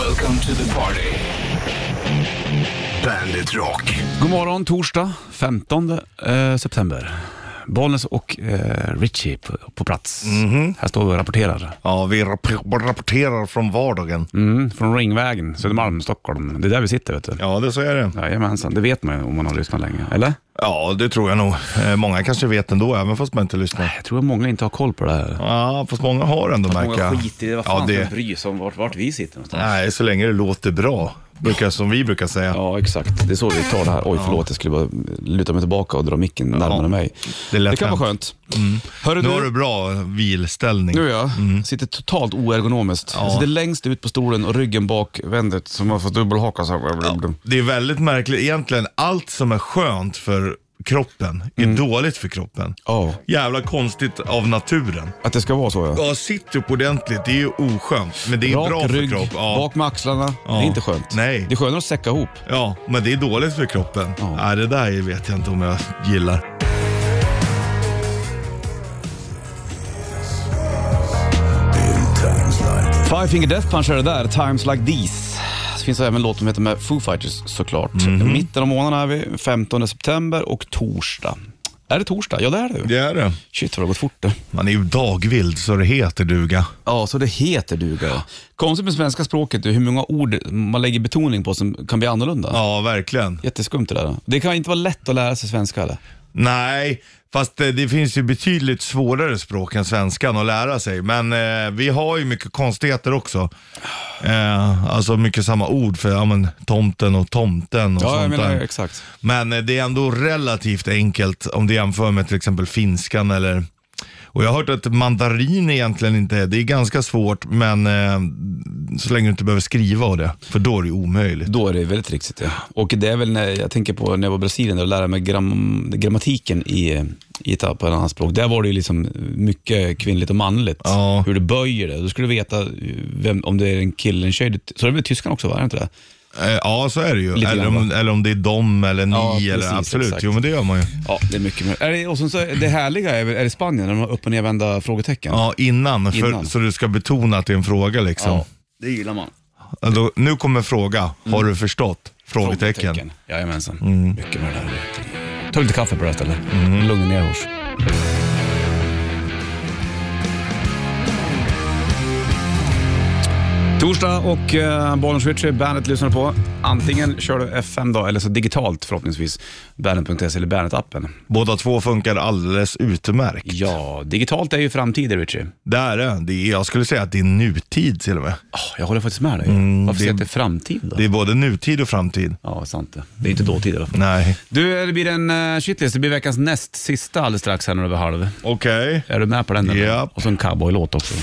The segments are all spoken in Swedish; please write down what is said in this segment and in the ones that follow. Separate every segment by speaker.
Speaker 1: Welcome to the party. Bandit Rock.
Speaker 2: God morgon, torsdag 15 eh, september. Bollnäs och eh, Richie på, på plats.
Speaker 3: Mhm.
Speaker 2: Här står vi och rapporterar.
Speaker 3: Ja, vi rap- rapporterar från vardagen.
Speaker 2: Mm, från Ringvägen, Södermalm, Stockholm. Det är där vi sitter, vet du.
Speaker 3: Ja, det så är det.
Speaker 2: Jajamensan, det vet man ju om man har lyssnat länge. Eller?
Speaker 3: Ja, det tror jag nog. Eh, Många kanske vet ändå, även fast man inte lyssnar.
Speaker 2: Jag tror att många inte har koll på det här.
Speaker 3: Ja, fast många har ändå märker jag. ja, det.
Speaker 2: bry sig om vart, vart vi sitter någonstans?
Speaker 3: Nej, så länge det låter bra, brukar, som vi brukar säga.
Speaker 2: Ja, exakt. Det är så vi tar det här. Oj, förlåt. Jag skulle bara luta mig tillbaka och dra micken närmare mig.
Speaker 3: det är lätt
Speaker 2: kan vara skönt. Mm. Hörru,
Speaker 3: Nu
Speaker 2: du-
Speaker 3: har du bra vilställning.
Speaker 2: Nu jag.
Speaker 3: Mm.
Speaker 2: Sitter totalt oergonomiskt. Jag sitter längst ut på stolen och ryggen bakvänd som har fått dubbelhaka. Så här.
Speaker 3: Det är väldigt märkligt egentligen. Allt som är skönt för kroppen är dåligt för kroppen.
Speaker 2: Ja,
Speaker 3: Jävla konstigt av naturen.
Speaker 2: att det ska vara så ja.
Speaker 3: Ja, sitt upp ordentligt, det är ju oskönt. Men det är
Speaker 2: Rak
Speaker 3: bra
Speaker 2: rygg,
Speaker 3: för kroppen. Ja.
Speaker 2: bak med axlarna. Det är inte skönt.
Speaker 3: Nej.
Speaker 2: Det är skönare att säcka ihop.
Speaker 3: Ja, men det är dåligt för kroppen.
Speaker 2: Ja.
Speaker 3: Nej, det där vet jag inte om jag gillar.
Speaker 2: Five Finger Death Punch är det där, Times Like These. Det finns även låt som heter med Foo Fighters såklart.
Speaker 3: Mhm.
Speaker 2: Mitten av månaden är vi, 15 september och torsdag. Är det torsdag? Ja, det är det ju.
Speaker 3: Det är det.
Speaker 2: Shit vad det har gått fort det.
Speaker 3: Man är ju dagvild så det heter duga.
Speaker 2: Ja, så det heter duga. Konstigt med svenska språket, hur många ord man lägger betoning på som kan bli annorlunda.
Speaker 3: Ja, verkligen.
Speaker 2: Jätteskumt det där. Det kan inte vara lätt att lära sig svenska eller?
Speaker 3: Nej, fast eh, det, det finns ju betydligt svårare språk än svenskan att lära sig. Men eh, vi har ju mycket konstigheter också. Eh, alltså mycket samma ord för ja, men, tomten och tomten och
Speaker 2: Ja, jag
Speaker 3: sånt
Speaker 2: menar
Speaker 3: där.
Speaker 2: exakt.
Speaker 3: Men eh, det är ändå relativt enkelt om du jämför med till exempel finskan eller och jag har hört att mandarin egentligen inte är, det är ganska svårt men eh, så länge du inte behöver skriva av det, för då är det ju omöjligt.
Speaker 2: Då är det väldigt trixigt ja. Och det är väl när jag tänker på när jag var i Brasilien och lärde mig gram, grammatiken i, i ett, på ett annat språk. Där var det ju liksom mycket kvinnligt och manligt.
Speaker 3: Ja.
Speaker 2: Hur du böjer det. Då skulle du veta vem, om det är en kille eller en tjej. Så det är väl tyskan också, va? Är det inte det?
Speaker 3: Eh, ja, så är det ju.
Speaker 2: Lite
Speaker 3: Eller
Speaker 2: grann,
Speaker 3: om, eller om det är dom eller ni,
Speaker 2: Ja, precis,
Speaker 3: eller, absolut.
Speaker 2: exakt.
Speaker 3: Jo men det gör man ju.
Speaker 2: Ja, det är mycket mer. Är det, och sen så, det härliga är, väl- är det Spanien, när de har upp och nervända frågetecken.
Speaker 3: Ja, innan, för,
Speaker 2: Innan.
Speaker 3: så du ska betona att det är en fråga liksom.
Speaker 2: Ja, det gillar man.
Speaker 3: Alltså, nu kommer fråga,
Speaker 2: Mm.
Speaker 3: har du förstått? Frågetecken. Mm.
Speaker 2: Jajamensan. Mycket med det där. Ta lite kaffe på det här stället. Lugna ner oss. Torsdag och eh, Bollnäs Ritchie, Bandet lyssnar du på. Antingen kör du FM då, eller så digitalt förhoppningsvis. Bandet.se eller Bandet-appen.
Speaker 3: Båda två funkar alldeles utmärkt.
Speaker 2: Ja, digitalt är ju framtiden Ritchie.
Speaker 3: Det är det. det är, jag skulle säga att det är nutid till och med.
Speaker 2: Oh, jag håller faktiskt med dig. Varför säger jag att det är framtid då?
Speaker 3: Mm, Det är både nutid och framtid.
Speaker 2: Ja, sant det. Det är inte dåtid i alla fall.
Speaker 3: Nej.
Speaker 2: Du, det blir en eh, shitlist. Det blir veckans näst sista alldeles strax här nu över halv.
Speaker 3: Okej.
Speaker 2: Är du med på den? eller?
Speaker 3: Japp.
Speaker 2: Och så en cowboylåt också.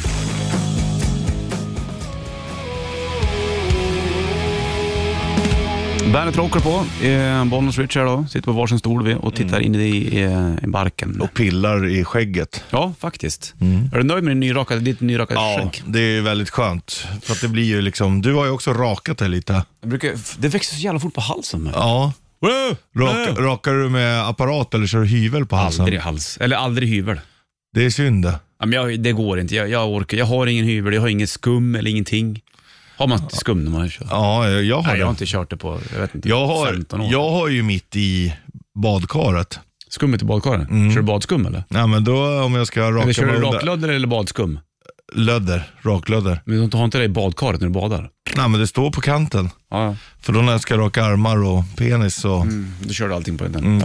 Speaker 2: Bandet rockar på. Eh, Bollnäs Richard då. Sitter på varsin stol vi
Speaker 3: Mm.
Speaker 2: och tittar in i, eh, i barken.
Speaker 3: Och pillar i skägget.
Speaker 2: Ja, faktiskt. Är du nöjd med din nyrakade, ditt nyrakade
Speaker 3: Mm. Ja,
Speaker 2: skägg?
Speaker 3: det är ju väldigt skönt. För att det blir ju liksom, du har ju också rakat dig lite.
Speaker 2: Jag brukar- Det växer så jävla fort på halsen. men.
Speaker 3: Ja.
Speaker 2: Wow!
Speaker 3: Rak,
Speaker 2: Wow!
Speaker 3: rakar du med apparat eller kör du hyvel på halsen?
Speaker 2: Aldrig hals, eller aldrig hyvel.
Speaker 3: Det är synd det.
Speaker 2: Ja, men jag, det går inte. Jag, jag orkar. Jag har ingen hyvel, jag har inget skum eller ingenting. Har man inte skum när man kör?
Speaker 3: Ja, jag jag har
Speaker 2: Nej, jag har
Speaker 3: det.
Speaker 2: inte kört det på jag vet inte,
Speaker 3: Jag har,
Speaker 2: 15 år.
Speaker 3: jag har ju mitt i badkaret.
Speaker 2: Skummet i badkaren? Kör du badskum eller?
Speaker 3: Nej men då om Mm. jag ska raka
Speaker 2: Eller kör
Speaker 3: mig
Speaker 2: du
Speaker 3: under-
Speaker 2: raklödder eller badskum?
Speaker 3: Lödder, raklödder.
Speaker 2: Men du har inte det i badkaret när du badar?
Speaker 3: Nej men det står på kanten.
Speaker 2: Ja,
Speaker 3: För då när jag ska raka armar och penis så,
Speaker 2: Mm, då kör du allting på den.
Speaker 3: Mm.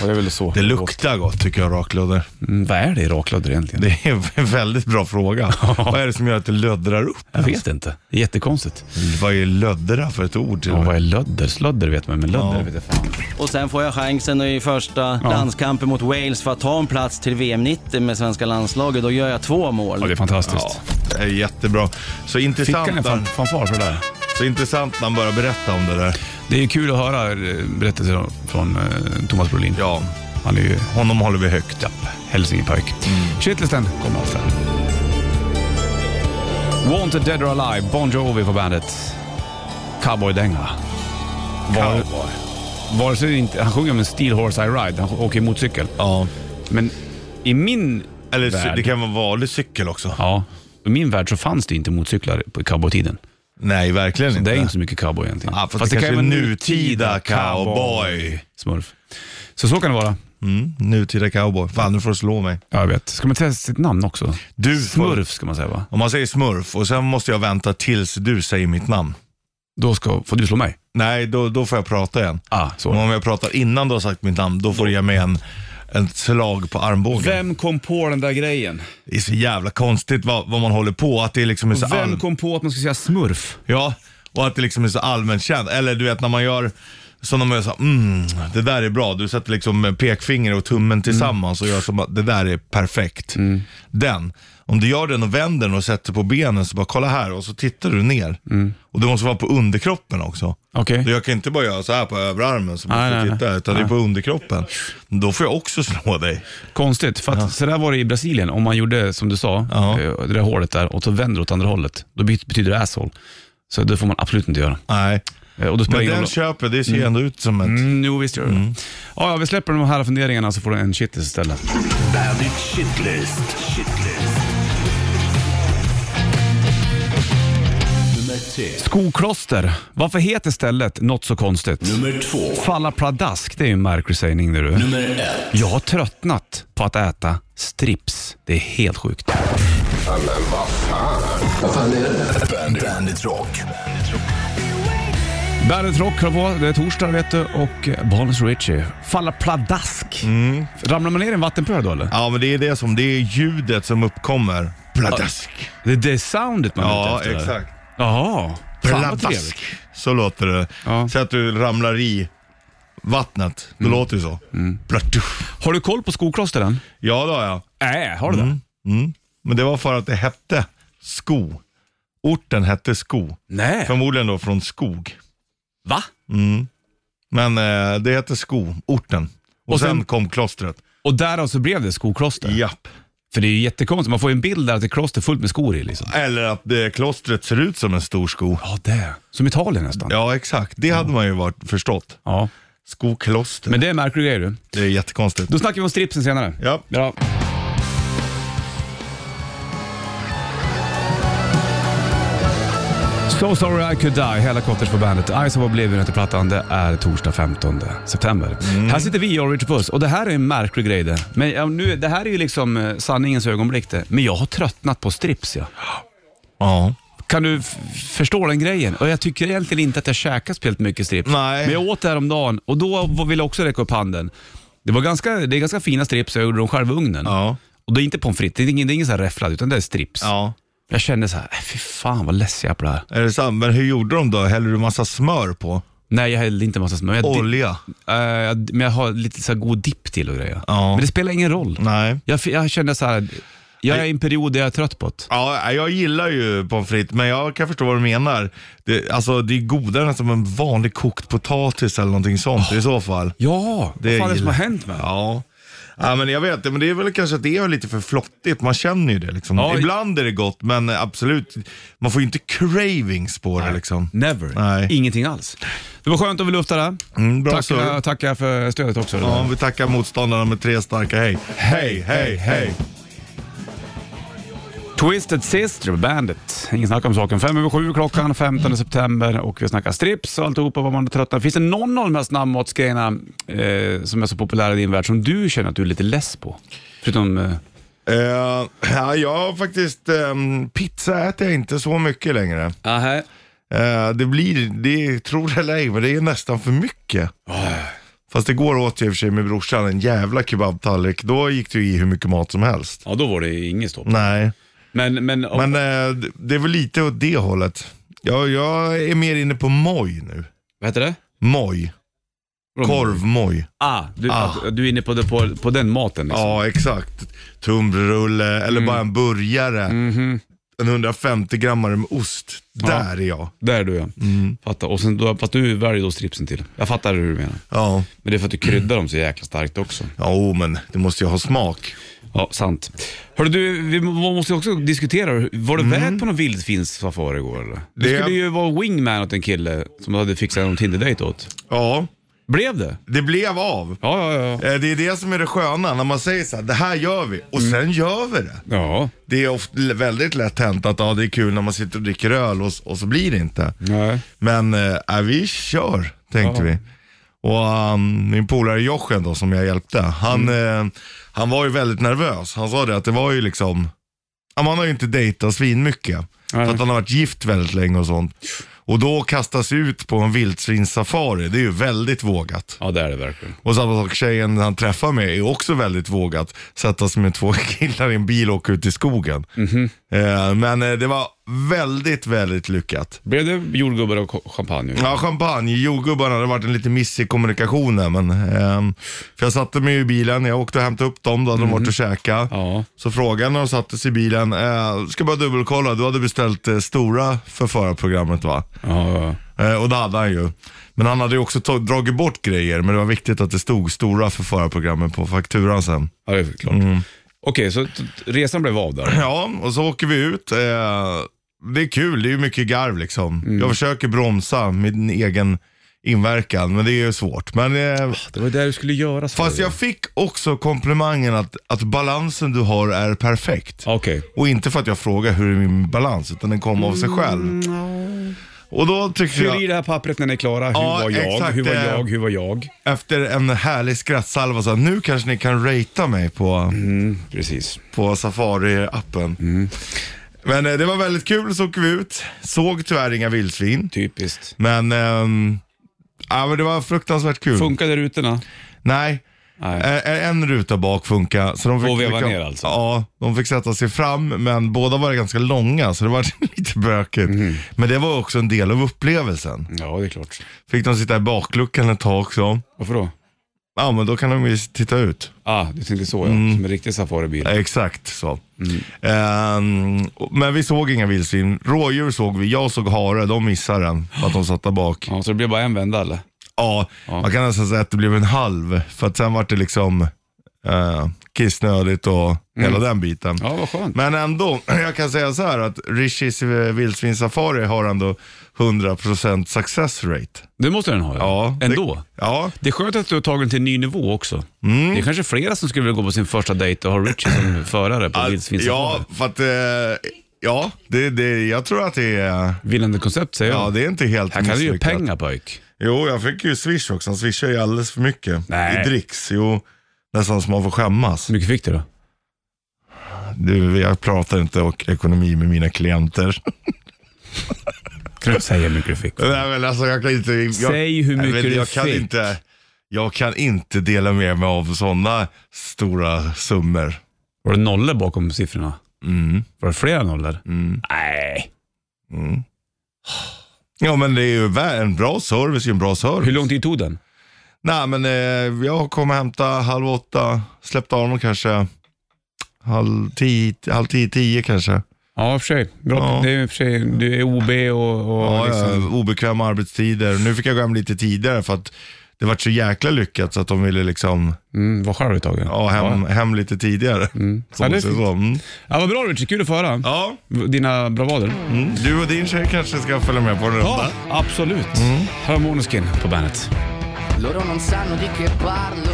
Speaker 2: Ja, det är väl så.
Speaker 3: det luktar gott tycker jag raklödder.
Speaker 2: Mm, vad är det i raklödder egentligen?
Speaker 3: Det är en väldigt bra fråga. Vad är det som gör att det löddrar upp?
Speaker 2: Jag vet inte. Det är jättekonstigt.
Speaker 3: Vad är löddra för ett ord till och
Speaker 2: Och
Speaker 3: med?
Speaker 2: vad är lödder? Slödder vet man, men lödder
Speaker 3: Ja.
Speaker 2: vet jag fan.
Speaker 4: Och sen får jag chansen i första landskampen mot Wales för att ta en plats till VM 90 med svenska landslaget. Då gör jag två mål.
Speaker 2: Ja, det är fantastiskt.
Speaker 3: Ja, det är jättebra. Så intressant,
Speaker 2: Fickan är fan,
Speaker 3: när,
Speaker 2: fanfar för det där.
Speaker 3: så intressant när han börjar berätta om det där.
Speaker 2: Det är ju kul att höra eh, berättelser från eh, Thomas Brolin.
Speaker 3: Ja,
Speaker 2: Han är ju
Speaker 3: honom håller vi högt.
Speaker 2: Ja, Hälsingepojk.
Speaker 3: Mm.
Speaker 2: Shitlisten kommer av sen. Wanted Dead or Alive, Bon Jovi på bandet. Cowboydänga. Var, vare sig det inte, han sjunger om en Steel Horse I Ride, han åker motorcykel.
Speaker 3: Ja.
Speaker 2: Men i min,
Speaker 3: Eller cy-
Speaker 2: Värd.
Speaker 3: det kan vara vanlig cykel också.
Speaker 2: ja, i min värld så fanns det inte motorcyklar på cowboytiden.
Speaker 3: Nej, verkligen
Speaker 2: Det
Speaker 3: inte.
Speaker 2: är inte så mycket cowboy egentligen.
Speaker 3: Ja, fast, det, kanske är
Speaker 2: vara
Speaker 3: nutida cowboy.
Speaker 2: Smurf. Så så kan det vara.
Speaker 3: Mm, nutida cowboy. Fan, nu får du slå mig.
Speaker 2: Ja, jag vet. Ska man säga sitt namn också?
Speaker 3: Du får-
Speaker 2: Smurf ska man säga va?
Speaker 3: Om man säger smurf och sen måste jag vänta tills du säger mitt namn.
Speaker 2: Då ska, får du slå mig.
Speaker 3: Nej, då, då får jag prata igen.
Speaker 2: Ah,
Speaker 3: Men
Speaker 2: så.
Speaker 3: om jag pratar innan du har sagt mitt namn, då får du ge mig en, en slag på armbågen.
Speaker 2: Vem kom på den där grejen?
Speaker 3: Det är så jävla konstigt vad, vad man håller på. Att det liksom är så all...
Speaker 2: Vem kom på att man skulle säga smurf?
Speaker 3: Ja, och att det liksom är så allmänt känt. Eller du vet när man gör som de gör så här, mm, det där är bra. Du sätter liksom pekfinger och
Speaker 2: Mm.
Speaker 3: tummen tillsammans och gör som att det där är perfekt. Den. Om du gör den och vänder den och sätter på benen så bara kolla här och så tittar du ner.
Speaker 2: Mm.
Speaker 3: Och det måste vara på underkroppen också.
Speaker 2: Okej.
Speaker 3: Så Jag kan inte bara göra så här på överarmen så måste
Speaker 2: Nej,
Speaker 3: jag
Speaker 2: nej,
Speaker 3: titta, utan det är på underkroppen. Då får jag också slå dig.
Speaker 2: Konstigt, för att så där var det i Brasilien. Om man gjorde som du sa,
Speaker 3: Ja.
Speaker 2: eh, det där hålet där och så vänder åt andra hållet, då bet- betyder det asshole. Så det får man absolut inte göra.
Speaker 3: Nej,
Speaker 2: Eh, Och då spelar
Speaker 3: men
Speaker 2: det ingen
Speaker 3: den
Speaker 2: roll.
Speaker 3: köper, det ser ju ändå ut som ett...
Speaker 2: Mm, jo, visst gör det det. ja, ja, Vi släpper de här funderingarna så får du en shitlist istället.
Speaker 1: Bandit Shitlist. Shitlist. Nummer tre.
Speaker 2: Skokloster. Varför heter stället något så konstigt?
Speaker 1: Nummer två.
Speaker 2: Falla pladask, det är ju en märklig sägning det du.
Speaker 1: Nummer ett.
Speaker 2: Jag har tröttnat på att äta strips. Det är helt sjukt.
Speaker 1: Bandit, Bandit Rock.
Speaker 2: Bandet Rock har på. Det är torsdag vet du och Bonus Richie. Falla pladask. Ramlar man ner i en vattenpöl då eller?
Speaker 3: Ja, men det är det som, det är ljudet som uppkommer. Pladask.
Speaker 2: Det är det soundet man är
Speaker 3: Ja,
Speaker 2: ute efter? eller?
Speaker 3: exakt.
Speaker 2: Jaha. Fan
Speaker 3: Pladask.
Speaker 2: vad trevligt.
Speaker 3: Så låter det.
Speaker 2: Ja.
Speaker 3: Så att du ramlar i vattnet. Det låter ju så. Mm.
Speaker 2: Har du koll på skokloster än?
Speaker 3: Ja, då har jag.
Speaker 2: Nej, har du det?
Speaker 3: Mm. Men det var för att det hette sko. Orten hette sko.
Speaker 2: Nej.
Speaker 3: Förmodligen då från skog.
Speaker 2: Va?
Speaker 3: Men eh, det hette sko, orten. Och,
Speaker 2: Och
Speaker 3: sen,
Speaker 2: sen-
Speaker 3: kom klostret.
Speaker 2: Och därav så blev det skokloster?
Speaker 3: Japp.
Speaker 2: För det är ju jättekonstigt. Man får ju en bild där att det är kloster fullt med skor i liksom.
Speaker 3: Eller att det klostret ser ut som en stor sko.
Speaker 2: Ja, det. Som Italien nästan.
Speaker 3: Ja, exakt. Det hade man ju varit förstått.
Speaker 2: Ja.
Speaker 3: Skokloster.
Speaker 2: Men det är en märklig grej du.
Speaker 3: Det är jättekonstigt.
Speaker 2: Då snackar vi om stripsen senare.
Speaker 3: Ja.
Speaker 2: ja. So sorry I could die, Helicopters på bandet. Eyes of Oblivion heter plattan. Det är torsdag 15 september.
Speaker 3: Mm.
Speaker 2: Här sitter vi, jag och Richard Puss, och det här är en märklig grej det. Men ja, nu, det här är ju liksom eh, sanningens ögonblick det. Men jag har tröttnat på strips ja.
Speaker 3: Ja.
Speaker 2: Kan du f- förstå den grejen? Och jag tycker egentligen inte att jag käkar speciellt mycket strips.
Speaker 3: Nej.
Speaker 2: Men jag åt det här om dagen och då var- ville jag också räcka upp handen. Det, var ganska, det är ganska fina strips, jag gjorde dem själv i ugnen.
Speaker 3: Ja.
Speaker 2: Och det är inte pommes frites, det är ingen, det är ingen så här räfflad, utan det är strips.
Speaker 3: Ja.
Speaker 2: Jag kände så här, "Äh, fy fan vad less jag är på det här.
Speaker 3: Är det sant? Men hur gjorde de då? Hällde du massa smör på?
Speaker 2: Nej, jag hällde inte massa smör. Jag di-
Speaker 3: Olja?
Speaker 2: eh, jag- men jag har lite så här god dipp till och grejer.
Speaker 3: Ja. Mm.
Speaker 2: Men det spelar ingen roll.
Speaker 3: Nej.
Speaker 2: Jag, f- jag kände så här, jag är i en period där jag är trött på det.
Speaker 3: Ja, jag gillar ju pommes frites, men jag kan förstå vad du menar. Det, alltså, det är godare än som en vanlig kokt potatis eller någonting sånt i så fall.
Speaker 2: Ja, vad fan är det som
Speaker 3: gillar-
Speaker 2: har hänt med
Speaker 3: Ja. ja, men jag vet det, men det är väl kanske att det är lite för flottigt. Man känner ju det liksom.
Speaker 2: Ja,
Speaker 3: Ibland är det gott, men absolut, man får ju inte cravings på det liksom.
Speaker 2: Never.
Speaker 3: Nej.
Speaker 2: Ingenting alls. Det var skönt att vi luftade.
Speaker 3: Mm, bra
Speaker 2: tackar,
Speaker 3: surr.
Speaker 2: tackar för stödet också.
Speaker 3: Ja, vi tackar motståndarna med tre starka hej. Hej, hej, hej.
Speaker 2: Twisted Sister Bandit. Ingen snack om saken. Fem över sju klockan 15 september och vi snackar strips och alltihopa vad man är trött på. Finns det någon av de här snabbmatsgrejerna eh, som är så populära i din värld som du känner att du är lite less på? Förutom... Eh,
Speaker 3: Eh, ja, jag har faktiskt, ehm, pizza äter jag inte så mycket längre.
Speaker 2: Aha.
Speaker 3: Eh, det blir, det tror det eller ej, men det är nästan för mycket. Fast igår åt jag i och för sig med brorsan en jävla kebabtallrik. Då gick det ju i hur mycket mat som helst.
Speaker 2: Ja, då var det inget stopp.
Speaker 3: Nej,
Speaker 2: Men, men,
Speaker 3: men eh, det- det är väl lite åt det hållet. Jag, jag är mer inne på moj nu.
Speaker 2: vad heter det?
Speaker 3: Moj. Korvmoj.
Speaker 2: Ah, du,
Speaker 3: Ah.
Speaker 2: att- du är inne på, det, på, på den maten liksom.
Speaker 3: Ja, exakt. Mm. Tunnbrödsrulle eller bara en burgare.
Speaker 2: Mhm.
Speaker 3: En 150 grammare med ost. Där är jag.
Speaker 2: Där är du ja. Fattar. Och sen, då, fast du väljer då stripsen till. Jag fattar hur du menar.
Speaker 3: Ja,
Speaker 2: Men det är för att du kryddar dem så jäkla starkt också.
Speaker 3: ja oh, men det måste ju ha smak.
Speaker 2: Ja, sant. Hörru du, vi må- måste ju också diskutera. Var du väg på någon vildfinsfafari igår eller? Du
Speaker 3: Det-
Speaker 2: skulle ju vara wingman åt en kille som du hade fixat någon Tinder-dejt åt.
Speaker 3: Ja.
Speaker 2: Blev det?
Speaker 3: Det blev av.
Speaker 2: Ja, ja, ja.
Speaker 3: Eh, Det är det som är det sköna, när man säger så här, det här gör vi och sen gör vi det.
Speaker 2: Ja,
Speaker 3: Det är ofta väldigt lätt hänt att ja, det är kul när man sitter och dricker öl och, och så blir det inte.
Speaker 2: nej.
Speaker 3: Men eh, äh, vi kör, tänkte
Speaker 2: Ja.
Speaker 3: vi. Och um, min polare Jochen då, som jag hjälpte, han,
Speaker 2: Mm.
Speaker 3: eh, han var ju väldigt nervös. Han sa det att det var ju liksom, ja, man har ju inte dejtat svinmycket.
Speaker 2: Nej.
Speaker 3: För att han har varit gift väldigt länge och sånt. Och då kastas ut på en vildsvinssafari, det är ju väldigt vågat.
Speaker 2: Ja, det är det verkligen.
Speaker 3: Och samma sak, tjejen han träffar med är också väldigt vågat. Sätta sig med två killar i en bil och åka ut i skogen.
Speaker 2: Mhm.
Speaker 3: Eh, men eh, det var väldigt, väldigt lyckat.
Speaker 2: Blev det jordgubbar och ko- champagne?
Speaker 3: Ja, champagne. Jordgubbarna, det har varit en liten miss i kommunikationen. Men, ehm, för jag satte mig i bilen, jag åkte och hämtade upp dem, då hade de varit och käkat.
Speaker 2: Ja.
Speaker 3: Så frågade jag när de satte sig i bilen, eh, ska bara dubbelkolla, du hade beställt eh, stora för förra programmet va?
Speaker 2: Ja, ja.
Speaker 3: Eh, och det hade han ju. Men han hade ju också tag- dragit bort grejer, men det var viktigt att det stod stora för förra programmet på fakturan sen.
Speaker 2: ja, det är klart. Okej, så t- t- resan blev av där.
Speaker 3: Ja, och så åker vi ut. Eh, det är kul, det är ju mycket garv liksom. Jag försöker bromsa min egen inverkan, men det är ju svårt. Men, eh,
Speaker 2: Det var det du skulle göra. sa
Speaker 3: fast
Speaker 2: du.
Speaker 3: jag fick också komplimangen att, att balansen du har är perfekt.
Speaker 2: Okej.
Speaker 3: Och inte för att jag frågar hur är min balans, utan den kom av sig själv. Och då tyckte
Speaker 2: Fyll i
Speaker 3: jag,
Speaker 2: det här pappret när ni är klara. Hur
Speaker 3: Ja,
Speaker 2: var jag?
Speaker 3: exakt,
Speaker 2: hur var
Speaker 3: eh.
Speaker 2: jag? Hur var jag?
Speaker 3: efter en härlig skrattsalva, så här, nu kanske ni kan ratea mig på
Speaker 2: Precis.
Speaker 3: på Safari-appen. Men eh, det var väldigt kul, så åker vi ut. Såg tyvärr inga vildsvin,
Speaker 2: Typiskt.
Speaker 3: men, ehm, ja, men det var fruktansvärt kul.
Speaker 2: Funkade rutorna?
Speaker 3: Nej,
Speaker 2: Nej.
Speaker 3: eh, en ruta bak funkar. Så de fick,
Speaker 2: Och veva
Speaker 3: fick-
Speaker 2: ner alltså?
Speaker 3: Ja, de fick sätta sig fram, men båda var ganska långa, så det var lite bökigt.
Speaker 2: Mhm.
Speaker 3: Men det var också en del av upplevelsen.
Speaker 2: Ja, det är klart.
Speaker 3: Fick de sitta i bakluckan ett tag också.
Speaker 2: Varför då?
Speaker 3: Ja, men då kan de ju titta ut.
Speaker 2: Ah, du tänkte så ja.
Speaker 3: Mm.
Speaker 2: Som en riktig safaribil.
Speaker 3: Exakt så.
Speaker 2: Mm.
Speaker 3: Ehm, och- men vi såg inga vildsvin. Rådjur såg vi. Jag såg hare. De missade den för att de satt där bak.
Speaker 2: Ja, så det blev bara en vända eller?
Speaker 3: Ja, man kan nästan säga att det blev en halv. För att sen var det liksom eh, kissnödigt och hela den biten.
Speaker 2: Mm. Ja, vad skönt.
Speaker 3: Men ändå, jag kan säga så här att Rishis eh, vildsvinssafari har ändå 100% success rate.
Speaker 2: Det måste den ha
Speaker 3: Ja, det-
Speaker 2: Ändå.
Speaker 3: Ja,
Speaker 2: Det är skönt att du har tagit den till en ny nivå också.
Speaker 3: Mm.
Speaker 2: Det är kanske flera som skulle vilja gå på sin första dejt och ha Richie som förare på vildsvinssafari.
Speaker 3: ja för att, eh, ja det, det, jag tror att det är,
Speaker 2: Vinnande koncept säger
Speaker 3: ja,
Speaker 2: jag.
Speaker 3: det är inte helt
Speaker 2: Här kan du ju
Speaker 3: misslyckat.
Speaker 2: pengar pojk.
Speaker 3: Jo, jag fick ju swish också. Han swishar ju alldeles för mycket.
Speaker 2: Nej.
Speaker 3: I dricks. Jo, nästan som man får skämmas.
Speaker 2: Hur mycket fick du då?
Speaker 3: Du, jag pratar inte och ekonomi med mina klienter.
Speaker 2: Kan du inte säga hur mycket du fick?
Speaker 3: Nej, men alltså, jag kan inte, jag,
Speaker 2: Säg hur
Speaker 3: Nej,
Speaker 2: mycket
Speaker 3: men
Speaker 2: du
Speaker 3: jag kan
Speaker 2: fick.
Speaker 3: Inte, jag kan inte dela med mig av sådana stora summor.
Speaker 2: Var det nollor bakom siffrorna?
Speaker 3: Mm.
Speaker 2: Var det flera nollor?
Speaker 3: Mm.
Speaker 2: Nej.
Speaker 3: Mm. Ja, men det är ju vä- en bra service. är ju En bra service.
Speaker 2: Hur lång tid tog den?
Speaker 3: Nej, men eh, jag kom och hämtade halv åtta. Släppte av honom kanske halv tio, halv tio, tio kanske.
Speaker 2: Ja, i och för sig. Bra.
Speaker 3: Ja.
Speaker 2: Det är i och för sig. Du är OB och... och
Speaker 3: Ja,
Speaker 2: liksom.
Speaker 3: ja, obekväma arbetstider. Nu fick jag gå hem lite tidigare för att det var så jäkla lyckat så att de ville liksom
Speaker 2: Mm, vad skärv du tagit.
Speaker 3: ja, hem, hem lite tidigare. Så
Speaker 2: Ja, det är
Speaker 3: så-
Speaker 2: fint.
Speaker 3: så, mm.
Speaker 2: ja, vad bra Richie. Kul att få höra.
Speaker 3: ja,
Speaker 2: Dina bravader.
Speaker 3: mm. du och din tjej kanske ska följa med på en
Speaker 2: Ja,
Speaker 3: runda.
Speaker 2: absolut. Mm. Här har Måneskin på bandet.
Speaker 5: Loro non sanno di che parlo.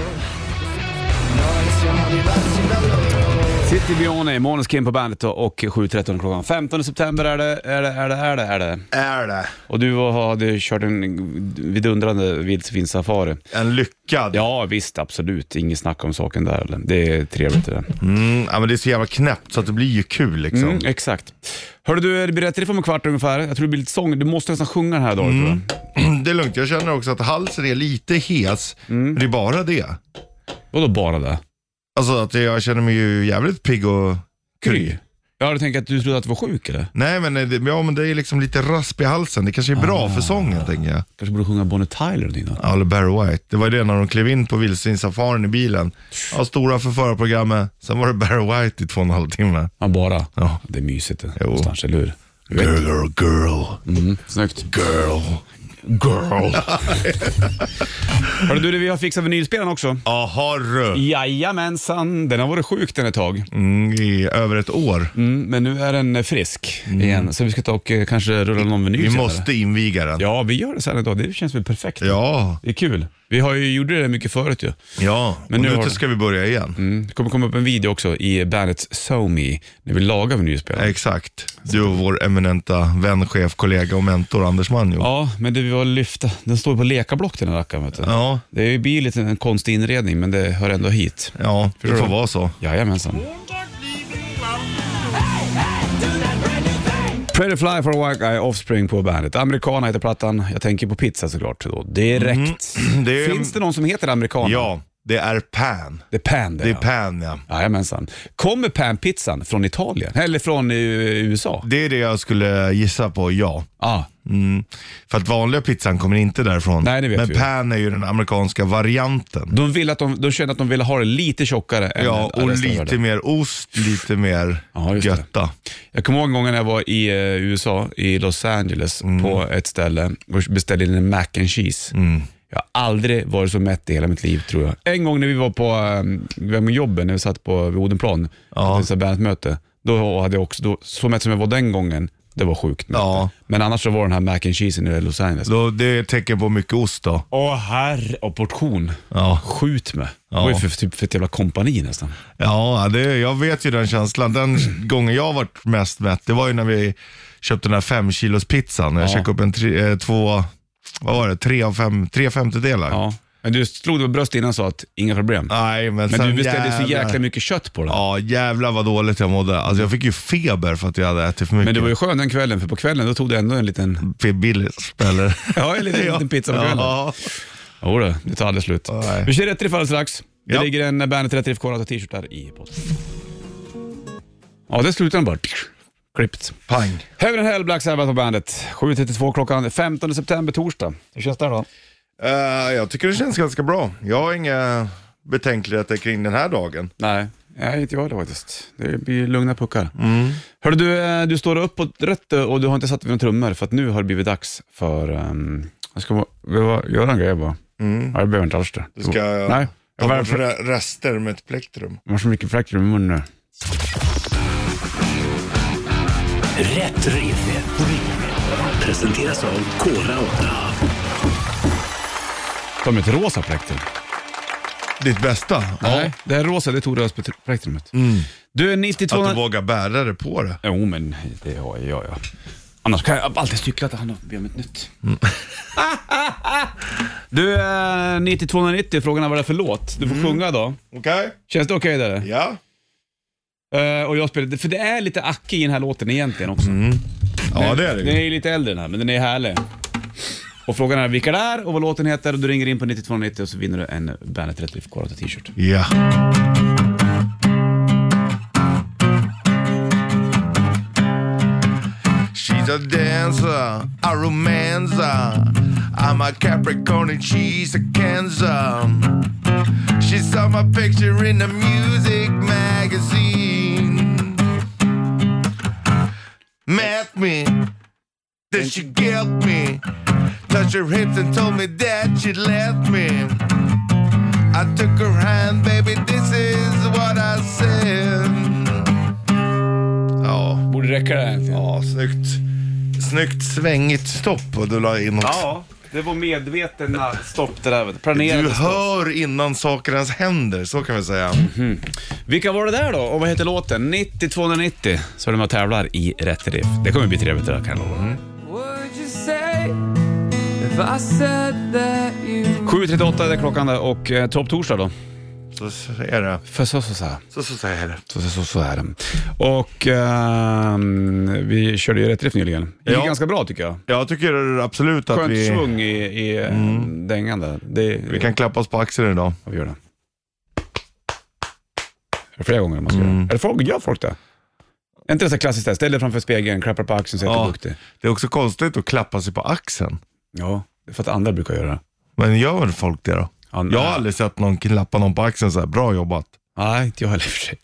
Speaker 5: Noi siamo diversi da loro.
Speaker 2: City Bione, Måneskin på bandet och 7.13 klockan. 15 september är det, är det, är det, är det, är det.
Speaker 3: Är det
Speaker 2: Och du hade kört en vidundrande vildsvinssafari.
Speaker 3: en lyckad?
Speaker 2: Ja, visst, absolut. Inget snack om saken där. eller? Det är trevligt det där.
Speaker 3: Mm, ja, men det är så jävla knäppt så att det blir ju kul liksom.
Speaker 2: Mm, exakt. Hörru du, det blir rätt riff om en kvart ungefär. Jag tror det blir lite sång. Du måste nästan sjunga den här dagen tror jag.
Speaker 3: Det är lugnt, jag känner också att halsen är lite hes,
Speaker 2: Mm.
Speaker 3: men det är bara det.
Speaker 2: Vadå bara det?
Speaker 3: Alltså att jag känner mig ju jävligt pigg och kry.
Speaker 2: Ja, du tänker att du trodde att du var sjuk eller?
Speaker 3: Nej men, eh, det, ja, men det är liksom lite rasp i halsen, det kanske är bra
Speaker 2: Ah.
Speaker 3: för sången tänker jag.
Speaker 2: Kanske borde sjunga Bonnie Tyler eller någonting då?
Speaker 3: Ja, eller Barry White. Det var ju det när de klev in på vildsvinssafarin i bilen. Ja, stora för förarprogrammet. Sen var det Barry White i två och en halv timme.
Speaker 2: Ja, bara.
Speaker 3: Ja.
Speaker 2: Det är mysigt det.
Speaker 3: Jo.
Speaker 2: Någonstans, eller hur?
Speaker 3: Girl, girl,
Speaker 2: Mm. Snyggt.
Speaker 3: girl.
Speaker 2: girl. Hörru du, vi har fixat vinylspelaren också.
Speaker 3: Jaha du.
Speaker 2: Jajamensan, den har varit sjuk den ett tag.
Speaker 3: Mm, I över ett år.
Speaker 2: Mm, men nu är den eh, frisk igen, så vi ska ta och eh, kanske rulla någon vinyl
Speaker 3: Mm. Vi
Speaker 2: senare.
Speaker 3: måste inviga den.
Speaker 2: Ja, vi gör det sen idag. Det känns väl perfekt.
Speaker 3: Ja.
Speaker 2: Det är kul. Vi har ju gjort det mycket förut ju.
Speaker 3: ja.
Speaker 2: Men
Speaker 3: Men
Speaker 2: nu
Speaker 3: nu
Speaker 2: har
Speaker 3: och nu
Speaker 2: den.
Speaker 3: ska vi börja igen.
Speaker 2: Mm. Det kommer komma upp en video också i bandets SoMe när vi lagar vinylspelaren.
Speaker 3: Exakt. Du och vår eminenta vän, chef, kollega och mentor Anders Manjo.
Speaker 2: Ja, men det vi var lyfta, den står på lekablock den här rackaren. Vet du.
Speaker 3: Ja.
Speaker 2: Det blir lite en konstig inredning, men det hör ändå hit.
Speaker 3: Ja, det
Speaker 2: Förstår
Speaker 3: får
Speaker 2: du?
Speaker 3: vara så.
Speaker 2: Jajamensan. Pretty Fly for a White Guy, Offspring på bandet. Americana heter plattan. Jag tänker på pizza såklart då. Direkt.
Speaker 3: Mm. det är-
Speaker 2: Finns det någon som heter Americana?
Speaker 3: Ja, det är Pan.
Speaker 2: Det är Pan det,
Speaker 3: Det är
Speaker 2: ja.
Speaker 3: Pan, ja.
Speaker 2: Jajamensan. Kommer Pan-pizzan från Italien? Eller från eh, USA?
Speaker 3: Det är det jag skulle gissa på, ja.
Speaker 2: Ah.
Speaker 3: Mm. För att vanliga pizzan kommer inte därifrån.
Speaker 2: Nej, det vet
Speaker 3: Men
Speaker 2: vi ju.
Speaker 3: Pan är ju den amerikanska varianten.
Speaker 2: De, vill att de, de kände att de ville ha det lite tjockare än
Speaker 3: Ja,
Speaker 2: resten
Speaker 3: och
Speaker 2: av
Speaker 3: lite
Speaker 2: världen.
Speaker 3: mer ost, lite mer
Speaker 2: Ja, just det.
Speaker 3: götta.
Speaker 2: Jag kommer ihåg en gång när jag var i eh, USA, i Los Angeles,
Speaker 3: Mm.
Speaker 2: på ett ställe och beställde in en mac and cheese. Jag har aldrig varit så mätt i hela mitt liv tror jag. En gång när vi var på eh, vi var med jobben, när vi satt på vid Odenplan, ja. ett bandmöte, då hade jag också, då, så mätt som jag var den gången, det var sjukt mätt.
Speaker 3: Ja.
Speaker 2: Men annars så var den här mac and cheesen i Los Angeles.
Speaker 3: Då, det är ett tecken på mycket ost då.
Speaker 2: Åh herre, och portion.
Speaker 3: Ja.
Speaker 2: Skjut med.
Speaker 3: Ja.
Speaker 2: Det var ju för, typ för ett jävla kompani nästan.
Speaker 3: Ja, det, jag vet ju den känslan. Den gången jag varit mest mätt, det var ju när vi köpte den här femkilospizzan. Jag
Speaker 2: Ja.
Speaker 3: käkade upp en tre, eh, två, vad var det, tre, av fem, tre femtedelar.
Speaker 2: Ja. Men du slog dig på bröstet innan och sa att inga problem.
Speaker 3: Nej, men,
Speaker 2: Men
Speaker 3: sen
Speaker 2: du beställde så
Speaker 3: jävlar-
Speaker 2: jäkla mycket kött på den.
Speaker 3: Ja, jävlar vad dåligt jag mådde. Alltså jag fick ju feber för att jag hade ätit för mycket.
Speaker 2: Men det var ju skönt den kvällen, för på kvällen då tog du ändå en liten,
Speaker 3: ju Billis, eller?
Speaker 2: ja, en liten, liten pizza på kvällen.
Speaker 3: Ja.
Speaker 2: Jodå, det tar aldrig slut.
Speaker 3: Nej.
Speaker 2: Vi kör Rätt Riff alldeles strax. Det
Speaker 3: Ja.
Speaker 2: ligger en Bandet Rätt Riff Korata t-shirt där i posten. Ja, det slutar den bara. Klippt.
Speaker 3: Pang.
Speaker 2: Heaven and Hell, Black Sabbath på bandet. 7.32 klockan 15 september, torsdag. Hur känns det då?
Speaker 3: Eh, jag tycker det känns ganska bra. Jag har inga betänkligheter kring den här dagen.
Speaker 2: Nej. Nej, inte jag heller faktiskt. Det blir lugna puckar.
Speaker 3: Mm.
Speaker 2: Hörru du, eh, du står upp och rätt eh, och du har inte satt vid några trummor för att nu har det blivit dags för... ehm, jag ska behöva göra en grej bara. Ja, jag behöver inte alls det.
Speaker 3: Mm. Du ska
Speaker 2: Nej, jag
Speaker 3: ta
Speaker 2: har
Speaker 3: bort re- rester med ett plektrum.
Speaker 2: jag har så mycket fläktar i munnen nu.
Speaker 1: Rätt riff. Rätt riff. Presenteras av Kora 8.
Speaker 2: Ta med ett rosa plektrum.
Speaker 3: Ditt bästa?
Speaker 2: Nej, det här rosa det tog du alltså på plektrumet. Du är 92...
Speaker 3: Mm. Att du vågar bära det på det.
Speaker 2: Jo, men det har jag ja. Annars kan jag alltid cykla till han och be om ett nytt.
Speaker 3: Mm.
Speaker 2: du, eh, 9290, frågan är vad det är för låt. Du får
Speaker 3: Mm.
Speaker 2: sjunga då.
Speaker 3: Okej?
Speaker 2: Känns det okej där?
Speaker 3: Ja.
Speaker 2: Eh, och jag spelade, för det är lite Acke i den här låten egentligen också.
Speaker 3: Mm. Ja, det är det
Speaker 2: Den
Speaker 3: ju.
Speaker 2: är ju lite äldre den här, men den är härlig. Och frågan är vilka det är och vad låten heter. Du ringer in på 9290 och så vinner du en Bandet Rätt Liv Korata t-shirt.
Speaker 3: Ja. She's a dancer, a romancer. I'm a Capricorn and she's a Cancer. She saw my picture in a music magazine. Met me, then she gave me. Touched her hips and told me that she left me. I took her hand, baby, this is what I said. Ja,
Speaker 2: Borde räcka det här egentligen.
Speaker 3: ja snyggt. Snyggt svängigt stopp du la in också.
Speaker 2: Ja, det var medvetna stopp det där. vet du. Planerat
Speaker 3: Du
Speaker 2: stopp.
Speaker 3: hör innan saker ens händer, så kan vi säga.
Speaker 2: Vilka var det där då? Och vad heter låten? 9290 så är det med och tävlar i Rätt Riff. Det kommer bli trevligt det där kan jag lova.
Speaker 6: Mm. Would you say if I said that you
Speaker 2: 7.38 är det klockan där och eh, topp torsdag då.
Speaker 3: Så, så är det.
Speaker 2: För så så så här.
Speaker 3: Så, så säger jag det.
Speaker 2: Så, så, så, så är det. Och ehm, vi körde ju rätt riff nyligen. Det gick
Speaker 3: Ja.
Speaker 2: ganska bra tycker jag.
Speaker 3: Jag tycker absolut att
Speaker 2: Skönt
Speaker 3: vi,
Speaker 2: svung i, i eh, dängan där. Det,
Speaker 3: vi kan klappa oss på axeln idag.
Speaker 2: Ja, vi gör det. Är det flera gånger man ska göra? Är det folk, gör folk det? Är inte det så här klassiskt där? Ställ dig framför spegeln, klappar på axeln, säger att du är
Speaker 3: Ja.
Speaker 2: duktig.
Speaker 3: Det är också konstigt att klappa sig på axeln.
Speaker 2: Ja, det är för att andra brukar göra det.
Speaker 3: Men gör folk det då?
Speaker 2: Ja,
Speaker 3: Jag har
Speaker 2: nej.
Speaker 3: aldrig sett någon klappa någon på axeln så här, bra jobbat.
Speaker 2: Nej, inte jag heller i och för sig.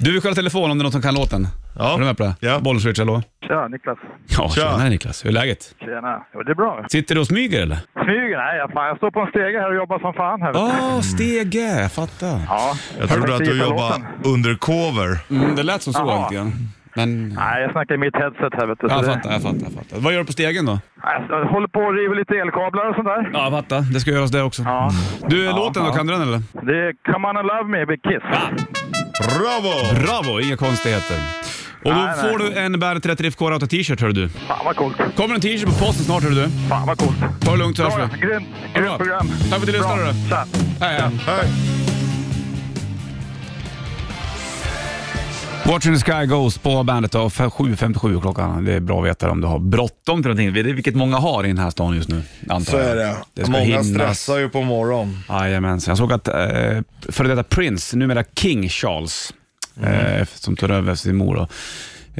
Speaker 2: Du, vi kollar telefon om det är någon som kan låten.
Speaker 3: Ja.
Speaker 2: Är du med på det?
Speaker 3: Ja.
Speaker 2: Bollswitch, hallå?
Speaker 7: Tja, Niklas.
Speaker 2: Ja,
Speaker 3: Tja.
Speaker 2: tjenare Niklas. Hur är läget?
Speaker 7: Tjena. Jo, det är bra.
Speaker 2: Sitter du och smyger eller?
Speaker 7: Smyger? Nej, jag- fan, jag står på en stege här och jobbar som fan. Här, vet du.
Speaker 2: Ah, stege. Jag fattar.
Speaker 7: Ja,
Speaker 3: Jag trodde att du
Speaker 7: precis,
Speaker 3: jobbade
Speaker 7: låten.
Speaker 3: undercover.
Speaker 2: Mm, det lät som så
Speaker 7: Jaha.
Speaker 2: lite grann. Men...
Speaker 7: Nej, jag snackar i mitt headset här vet du.
Speaker 2: Ja,
Speaker 7: Så
Speaker 2: jag
Speaker 7: det-
Speaker 2: fattar, jag fattar, jag fattar. Vad gör du på stegen då?
Speaker 7: Nej, Jag håller på och river lite elkablar och sånt där.
Speaker 2: Ja, jag fattar. Det ska göras det också.
Speaker 7: Ja.
Speaker 2: Du, låten då? Kan du den eller?
Speaker 7: Det är Come On and Love Me med Kiss.
Speaker 3: Bravo!
Speaker 2: Bravo, inga konstigheter. Och då
Speaker 7: Nej, nej.
Speaker 2: får du en Bandet 30 FK Rauta t-shirt hör du.
Speaker 7: Fan vad coolt.
Speaker 2: Kommer en t-shirt på posten snart hör du.
Speaker 7: Fan vad coolt.
Speaker 2: Ta det lugnt så hörs
Speaker 7: Bra,
Speaker 2: vi.
Speaker 7: grymt.
Speaker 2: Bra.
Speaker 7: Grymt program.
Speaker 2: Tack för att du lyssnade,
Speaker 7: Bra.
Speaker 2: du.
Speaker 7: Tja.
Speaker 2: Hej, hej.
Speaker 3: Hej.
Speaker 2: Watching the Sky Goes på bandet då, 7.57 klockan. Det är bra att veta om du har bråttom till någonting, Det är vilket många har i den här stan just nu. Antar
Speaker 3: Så
Speaker 2: jag.
Speaker 3: är det.
Speaker 2: ska
Speaker 3: Många
Speaker 2: hinnas.
Speaker 3: stressar ju på morgonen.
Speaker 2: Jajamensan. Jag såg att eh, före detta Prince, numera King Charles,
Speaker 3: Mm.
Speaker 2: eh, som tog över sin mor, då,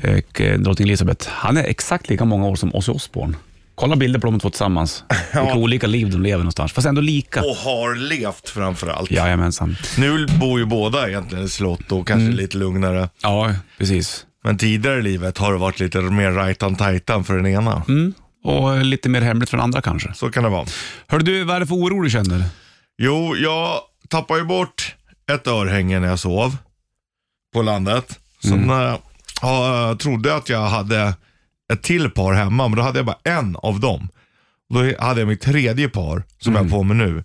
Speaker 2: och eh, drottning Elizabeth, han är exakt lika många år som Ozzy Osbourne. Kolla bilder på de två tillsammans. Vilka olika liv de lever någonstans, fast ändå lika.
Speaker 3: Och har levt framförallt.
Speaker 2: Jajamensan.
Speaker 3: Nu bor ju båda egentligen i slott och kanske lite lugnare.
Speaker 2: Ja, precis.
Speaker 3: Men tidigare i livet har det varit lite mer right on titan för den ena.
Speaker 2: Och eh, lite mer hemligt från andra kanske.
Speaker 3: Så kan det vara.
Speaker 2: Hör du, vad är det för oro du känner?
Speaker 3: Jo, jag tappade ju bort ett örhänge när jag sov på landet. Så när jag ja, jag trodde att jag hade ett till par hemma, men då hade jag bara en av dem. Då hade jag mitt tredje par som jag har på mig nu.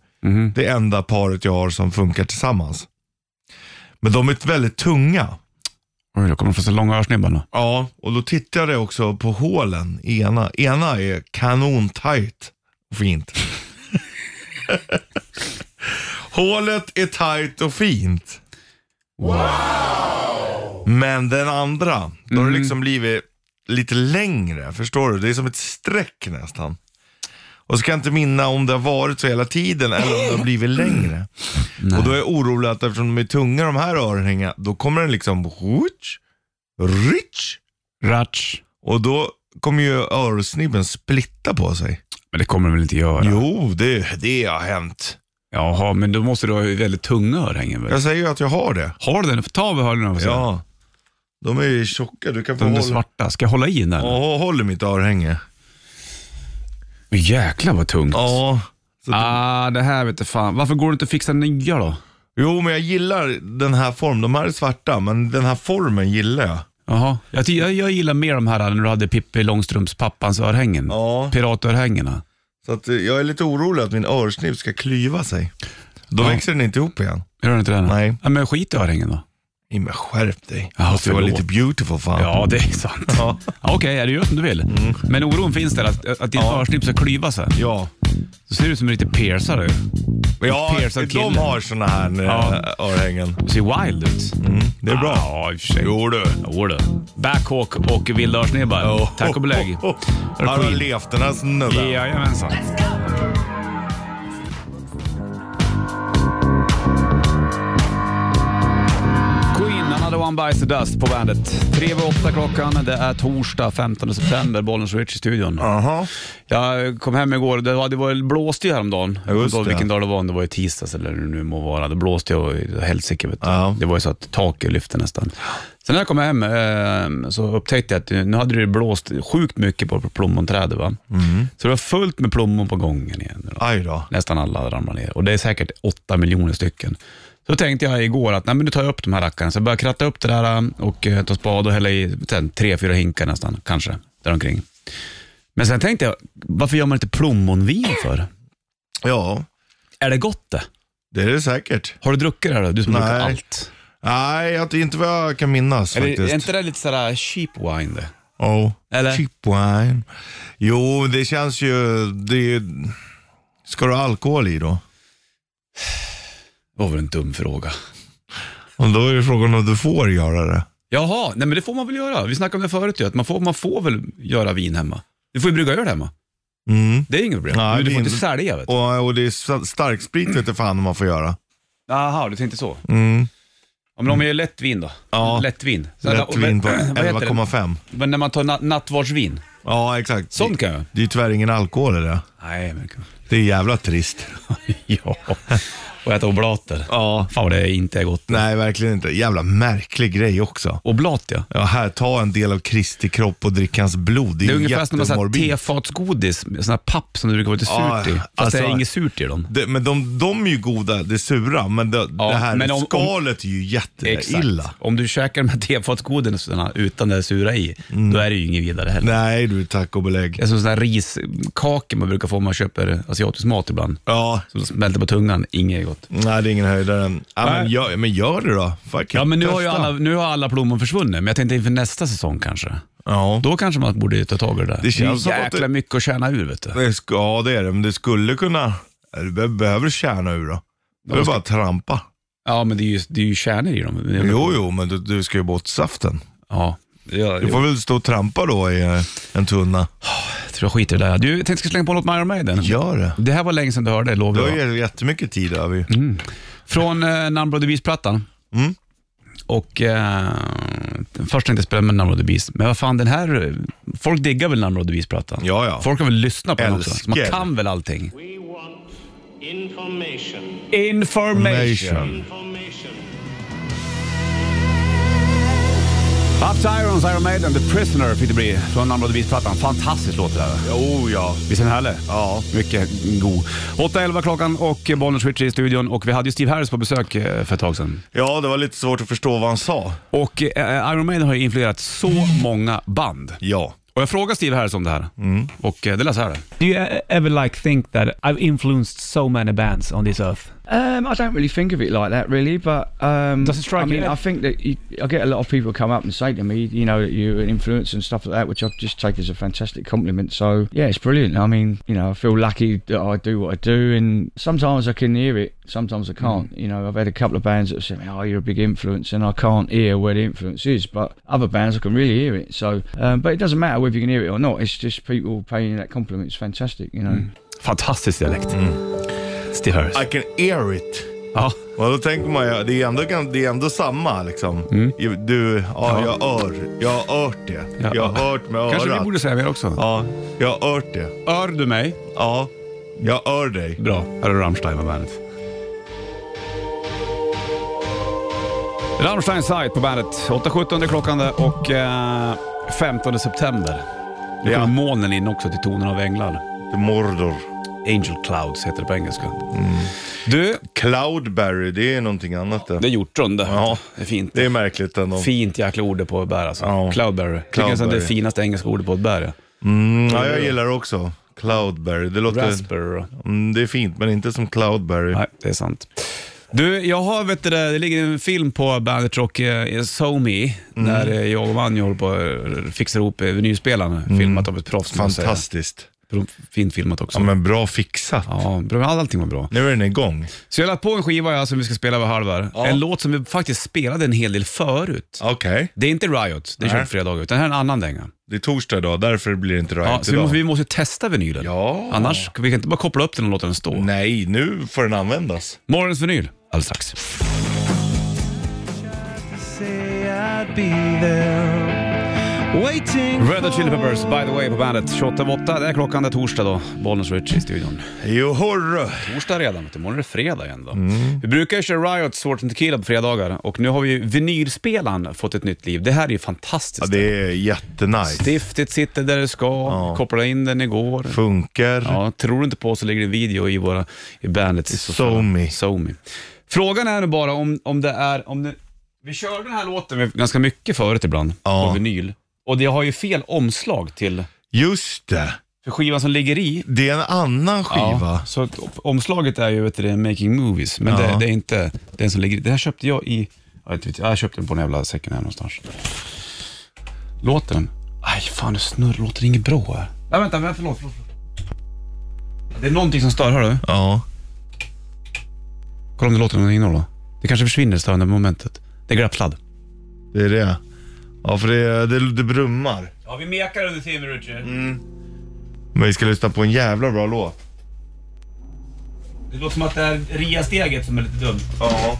Speaker 3: Det enda paret jag har som funkar tillsammans. Men de är väldigt tunga.
Speaker 2: Oj, då kommer de få så långa örsnibbar nu.
Speaker 3: Ja, och då tittade jag också på hålen. i Ena, ena är kanontajt och fint. Hålet är tajt och fint. Wow! Men den andra, då har det liksom blivit lite längre. Förstår du? Det är som ett streck nästan. Och så kan jag inte minna om det har varit så hela tiden eller om det har blivit längre. Och då är jag orolig att eftersom de är tunga de här örhängena, då kommer den liksom whoosh, rich.
Speaker 2: Ratsch.
Speaker 3: Och då kommer ju öronsnibben splitta på sig.
Speaker 2: Men det kommer de väl inte göra?
Speaker 3: Jo, det, det har hänt.
Speaker 2: Jaha, men då måste du ha väldigt tunga örhängen. väl?
Speaker 3: Jag säger ju att jag har det.
Speaker 2: Har du den? Ta av hörlurarna. får jag se.
Speaker 3: Ja. De är ju tjocka, du kan få
Speaker 2: De där
Speaker 3: hålla.
Speaker 2: svarta. Ska jag hålla i den där?
Speaker 3: Ja, håll i mitt örhänge.
Speaker 2: Men Jäklar vad tungt.
Speaker 3: Ja. Så att-
Speaker 2: Ah, det här vet du fan. Varför går det inte att fixa nya då?
Speaker 3: Jo, men jag gillar den här formen. De här är svarta, men den här formen gillar jag.
Speaker 2: Jaha. Jag, ty- jag, jag gillar mer de här när du hade Pippi Långstrumps pappans örhängen.
Speaker 3: Ja.
Speaker 2: Piratörhängena.
Speaker 3: Så att eh, jag är lite orolig att min örsnibb ska klyva sig. Då
Speaker 2: Ja.
Speaker 3: växer den inte ihop igen.
Speaker 2: Gör den inte det?
Speaker 3: Nej.
Speaker 2: Ja, men skit i örhängen då.
Speaker 3: Nej, men skärp dig.
Speaker 2: Ja,
Speaker 3: Måste ju vara
Speaker 2: förlåt.
Speaker 3: lite beautiful fan.
Speaker 2: Ja, det är sant. Ja. Okej, ja, du gör som du vill.
Speaker 3: Mm.
Speaker 2: Men oron finns där att, att din örsnibb ska klyva sig.
Speaker 3: Ja.
Speaker 2: Då ser du ut som en riktig piercare.
Speaker 3: Ja,
Speaker 2: piercad
Speaker 3: de
Speaker 2: kille.
Speaker 3: har såna här eh,
Speaker 2: Ja.
Speaker 3: örhängen.
Speaker 2: Du ser wild ut.
Speaker 3: Det är bra.
Speaker 2: Ja, i och för sig.
Speaker 3: Jo du.
Speaker 2: Jo du. Backhawk och vilda örsnibbar. Tack och belägg.
Speaker 3: Oh, oh, oh. Han har
Speaker 2: Queen.
Speaker 3: levt den här snubben.
Speaker 2: Jajamensan. Queen, another one bites the dust på bandet. Tre över åtta klockan, det är torsdag 15 september, Bollen Switch i studion.
Speaker 3: Jaha.
Speaker 2: Jag kom hem igår, det, var, det var blåste ju häromdagen. Jag kommer
Speaker 3: just
Speaker 2: inte ihåg
Speaker 3: det.
Speaker 2: vilken dag det var, om det var i tisdags eller hur det nu må vara. Det blåste ju helsike vet du.
Speaker 3: Ja.
Speaker 2: Det var ju så att taket lyfte nästan. Sen när jag kom hem eh, så upptäckte jag att nu hade det blåst sjukt mycket på plommonträdet. Va?
Speaker 3: Mm.
Speaker 2: Så det var fullt med plommon på gången igen. Då.
Speaker 3: Aj då.
Speaker 2: Nästan alla ramlar ner och det är säkert åtta miljoner stycken. Så tänkte jag igår att nej, men nu tar jag upp de här rackarna. Så jag började kratta upp det där och eh, ta spade och hälla i sen, tre, fyra hinkar nästan, kanske, däromkring. Men sen tänkte jag, varför gör man inte plommonvin för?
Speaker 3: Ja,
Speaker 2: Är det gott det?
Speaker 3: det är det säkert.
Speaker 2: Har du druckit det här då? Du som
Speaker 3: Nej,
Speaker 2: dricker allt.
Speaker 3: Nej, jag, inte vad jag kan minnas
Speaker 2: Eller,
Speaker 3: faktiskt.
Speaker 2: är inte det lite sådär cheap wine det?
Speaker 3: Oh.
Speaker 2: Eller?
Speaker 3: Cheap wine. Jo, det känns ju... Det är... ju- Ska du ha alkohol i då?
Speaker 2: Det var väl en dum fråga.
Speaker 3: Och då är ju frågan om du får göra det.
Speaker 2: Jaha, nej men det får man väl göra. Vi snackade om det förut ju, att man får, man får väl göra vin hemma. Du får ju brygga öl hemma.
Speaker 3: Mm.
Speaker 2: Det är inget problem.
Speaker 3: Nej,
Speaker 2: men du får
Speaker 3: vin-
Speaker 2: inte sälja vet du.
Speaker 3: Och, och det är sta- starksprit vet du fan om man får göra.
Speaker 2: Jaha, du tänkte så.
Speaker 3: Mm.
Speaker 2: Ja, men om jag gör lätt vin då?
Speaker 3: Ja.
Speaker 2: Lätt vin. Så-
Speaker 3: Lätt vin på
Speaker 2: vad heter det?
Speaker 3: 11,5.
Speaker 2: Men när man tar na- nattvardsvin?
Speaker 3: Ja, exakt.
Speaker 2: Sånt
Speaker 3: Det-
Speaker 2: kan jag.
Speaker 3: Det är ju tyvärr ingen alkohol i det.
Speaker 2: Nej, men kul.
Speaker 3: Det är jävla trist.
Speaker 2: ja. Och äta oblater.
Speaker 3: Ja.
Speaker 2: Fan vad det är inte är gott.
Speaker 3: Nej, verkligen inte. Jävla märklig grej också.
Speaker 2: Oblat ja.
Speaker 3: Ja, här, ta en del av Kristi kropp och drick hans blod. Det är,
Speaker 2: Det
Speaker 3: ju
Speaker 2: är ungefär som när man har
Speaker 3: jättemorbid.
Speaker 2: tefatsgodis, sån här papp som det brukar vara lite surt
Speaker 3: Ja,
Speaker 2: i. Fast det är
Speaker 3: alltså-
Speaker 2: inget surt i dem.
Speaker 3: Det, men de, de är ju goda, det sura, men det,
Speaker 2: Ja,
Speaker 3: det här
Speaker 2: men om- om-
Speaker 3: skalet är ju jätteilla.
Speaker 2: Om du käkar de här tefatsgodisarna utan det sura i, då är det ju inget vidare heller.
Speaker 3: Mm. Nej du, tack och belägg.
Speaker 2: Det är som sådana här riskakor man brukar få om man köper asiatisk mat ibland.
Speaker 3: Ja,
Speaker 2: Som smälter på tungan, inget gott.
Speaker 3: nej det är ingen höjdare än. Ja, men,
Speaker 2: Nej.
Speaker 3: gör, men gör det då. Fuck,
Speaker 2: Ja, men nu har, ju
Speaker 3: testa.
Speaker 2: alla, nu har alla plommon försvunnit, men jag tänkte inför nästa säsong kanske.
Speaker 3: Ja.
Speaker 2: Då kanske man borde ta tag i det där.
Speaker 3: Det känns som
Speaker 2: är
Speaker 3: att
Speaker 2: jäkla
Speaker 3: det-
Speaker 2: mycket att tjäna ur vet du.
Speaker 3: Det ska, ja, det är det, men det skulle kunna... ja, Du be- behöver kärna ur då. Du behöver bara trampa.
Speaker 2: Ja, men det är ju, det är ju kärnor i dem.
Speaker 3: Jo, jo, men du, du ska ju bort saften.
Speaker 2: Ja. Ja,
Speaker 3: Du får väl stå och trampa då i eh, en tunna.
Speaker 2: Jag tror jag skiter i det där. Du, jag tänkte jag skulle slänga på något med Iron Maiden.
Speaker 3: Gör det.
Speaker 2: Det här var länge sedan du hörde,
Speaker 3: Du
Speaker 2: lovar
Speaker 3: har
Speaker 2: jag.
Speaker 3: ju jättemycket tid över ju.
Speaker 2: Från eh, Number of the Beast-plattan.
Speaker 3: Mm.
Speaker 2: Och eh, först tänkte jag spela med Number of the Beast, men vad fan den här, eh, folk diggar väl Number of the Beast-plattan?
Speaker 3: Ja, ja.
Speaker 2: Folk har väl lyssnat på den också? Så man
Speaker 3: Älskar.
Speaker 2: kan väl allting?
Speaker 8: We want information.
Speaker 2: Information.
Speaker 8: Information.
Speaker 2: Up to Irons, Iron Maiden, The Prisoner fick det bli från Number of the Beast-plattan. Fantastiskt låt det där.
Speaker 3: Jo, ja.
Speaker 2: Visst är den härlig?
Speaker 3: Ja.
Speaker 2: Mycket god. 8.11 klockan och Bollen Switcher i studion och vi hade ju Steve Harris på besök eh, för ett tag sedan.
Speaker 3: Ja, det var lite svårt att förstå vad han sa.
Speaker 2: Och eh, Iron Maiden har ju influerat så många band.
Speaker 3: Ja.
Speaker 2: Och jag frågade Steve Harris om det här
Speaker 3: Mm.
Speaker 2: och eh, det lät så här.
Speaker 9: Do you e- ever like think that I've influenced so many bands on this earth?
Speaker 6: Um, I don't really think of it like that, really. But um,
Speaker 9: Does it strike
Speaker 6: I mean,
Speaker 9: you?
Speaker 6: I think that you, I get a lot of people come up and say to me, you know, that you're an influence and stuff like that, which I just take as a fantastic compliment. So yeah, it's brilliant. I mean, you know, I feel lucky that I do what I do, and sometimes I can hear it, sometimes
Speaker 9: Mm.
Speaker 6: I can't. You know, I've had a couple of bands that have said, "Oh, you're a big influence," and I can't hear where the influence is, but other bands I can really hear it. So, um, but it doesn't matter whether you can hear it or not. It's just people paying you that compliment. It's fantastic, you know.
Speaker 9: Mm.
Speaker 2: Fantastisk dialekt.
Speaker 3: Mm.
Speaker 2: Steve Harris.
Speaker 3: I can hear it.
Speaker 2: Ja.
Speaker 3: Och då tänker man ju, det är ändå, gan- det är ändå samma liksom.
Speaker 2: Mm.
Speaker 3: Ju- Du, ja, jag hör. Jag har hört det.
Speaker 2: Ja.
Speaker 3: Jag har hört med örat.
Speaker 2: Kanske vi borde säga mer också.
Speaker 3: Ja, jag har hört det.
Speaker 2: Hör du mig?
Speaker 3: Ja, jag hör dig.
Speaker 2: Bra. Här är Rammstein med bandet. Rammstein sajt på bandet. 8.17 är klockan där och eh, 15 september. Nu
Speaker 3: Ja.
Speaker 2: kommer molnen in också till tonen av änglar.
Speaker 3: The Mordor.
Speaker 2: Angel Clouds heter det på engelska.
Speaker 3: Mm.
Speaker 2: Du,
Speaker 3: Cloudberry, det är någonting annat det.
Speaker 2: det är hjortron det.
Speaker 3: Ja.
Speaker 2: Det är fint.
Speaker 3: Det är märkligt ändå.
Speaker 2: Fint jäkla ord på ett bär alltså.
Speaker 3: Ja.
Speaker 2: Cloudberry. Tycker jag att det är det
Speaker 3: Cloudberry.
Speaker 2: finaste engelska ordet på ett bär. Ja.
Speaker 3: Ja, jag gillar det också. Cloudberry, det låter...
Speaker 2: Mm. Raspberry. då.
Speaker 3: Mm, det är fint, men inte som Cloudberry.
Speaker 2: Nej, det är sant. Du, jag har, vet du, det det ligger en film på Bandit Rock, eh, So Me,
Speaker 3: Mm.
Speaker 2: när eh, jag och Vanjo håller på att fixa ihop eh, vinylspelarna. Filmat av ett proffs. måste jag
Speaker 3: Mm. Fantastiskt.
Speaker 2: säga. Fint filmat också.
Speaker 3: Ja, men bra fixat.
Speaker 2: Ja, bra, allting var bra.
Speaker 3: Nu är den igång.
Speaker 2: Så jag har lagt på en skiva ja, som vi ska spela över halv här. En låt som vi faktiskt spelade en hel del förut.
Speaker 3: Okej,
Speaker 2: Det är inte Riot, det kör vi
Speaker 3: Nej.
Speaker 2: på fredag, utan det här är en annan dänga.
Speaker 3: det är torsdag idag, därför blir det inte
Speaker 2: Ja,
Speaker 3: right
Speaker 2: så vi
Speaker 3: idag.
Speaker 2: måste, vi måste testa vinylen.
Speaker 3: Ja.
Speaker 2: Annars, vi kan inte bara koppla upp den och låta den stå.
Speaker 3: Nej, nu får den användas.
Speaker 2: Morgonens vinyl, alldeles strax. Red Hot Chili Peppers, by the way, på bandet. 28 över 8, det är klockan, det är torsdag då. Bollnäs Rich i studion.
Speaker 3: Jo, hurra.
Speaker 2: Torsdag redan, vet du. imorgon är det fredag igen då.
Speaker 3: Mm.
Speaker 2: Vi brukar ju köra Riot, Sword and Tequila på fredagar och nu har vi ju vinylspelaren fått ett nytt liv. Det här är ju
Speaker 3: Ja,
Speaker 2: fantastiskt.
Speaker 3: det är jättenice.
Speaker 2: Stiftet sitter där det ska, kopplade in den igår.
Speaker 3: Funkar.
Speaker 2: Ja, tror du inte på oss så ligger det en video i, våra, i bandets sociala-
Speaker 3: SoMe.
Speaker 2: SoMe. Frågan är nu bara om, om det är... Om det, vi körde den här låten med- ganska mycket förut ibland,
Speaker 3: Ja.
Speaker 2: på vinyl. Och det har ju fel omslag till
Speaker 3: Just det.
Speaker 2: för skivan som ligger i.
Speaker 3: Det är en annan skiva.
Speaker 2: så att op- omslaget är ju vet du, det, Making Movies, men det,
Speaker 3: Ja.
Speaker 2: det är inte den som ligger i. Det här köpte jag i... Jag, vet, inte, jag köpte den på en jävla second hand någonstans. Låter den? Aj, fan nu snurrar låter det inget bra här. Nej, vänta, men förlåt, förlåt, förlåt. Det är någonting som stör, hör du?
Speaker 3: Ja.
Speaker 2: Kolla om det låter någon innehåll då. Det kanske försvinner störande momentet. Det är glappsladd.
Speaker 3: det är det. Ja, för det, det, det brummar.
Speaker 2: Ja, vi mekar under timmen, Richard.
Speaker 3: Men vi ska lyssna på en jävla bra låt.
Speaker 2: Det låter som att det är ria-steget som är lite dumt.
Speaker 3: Ja.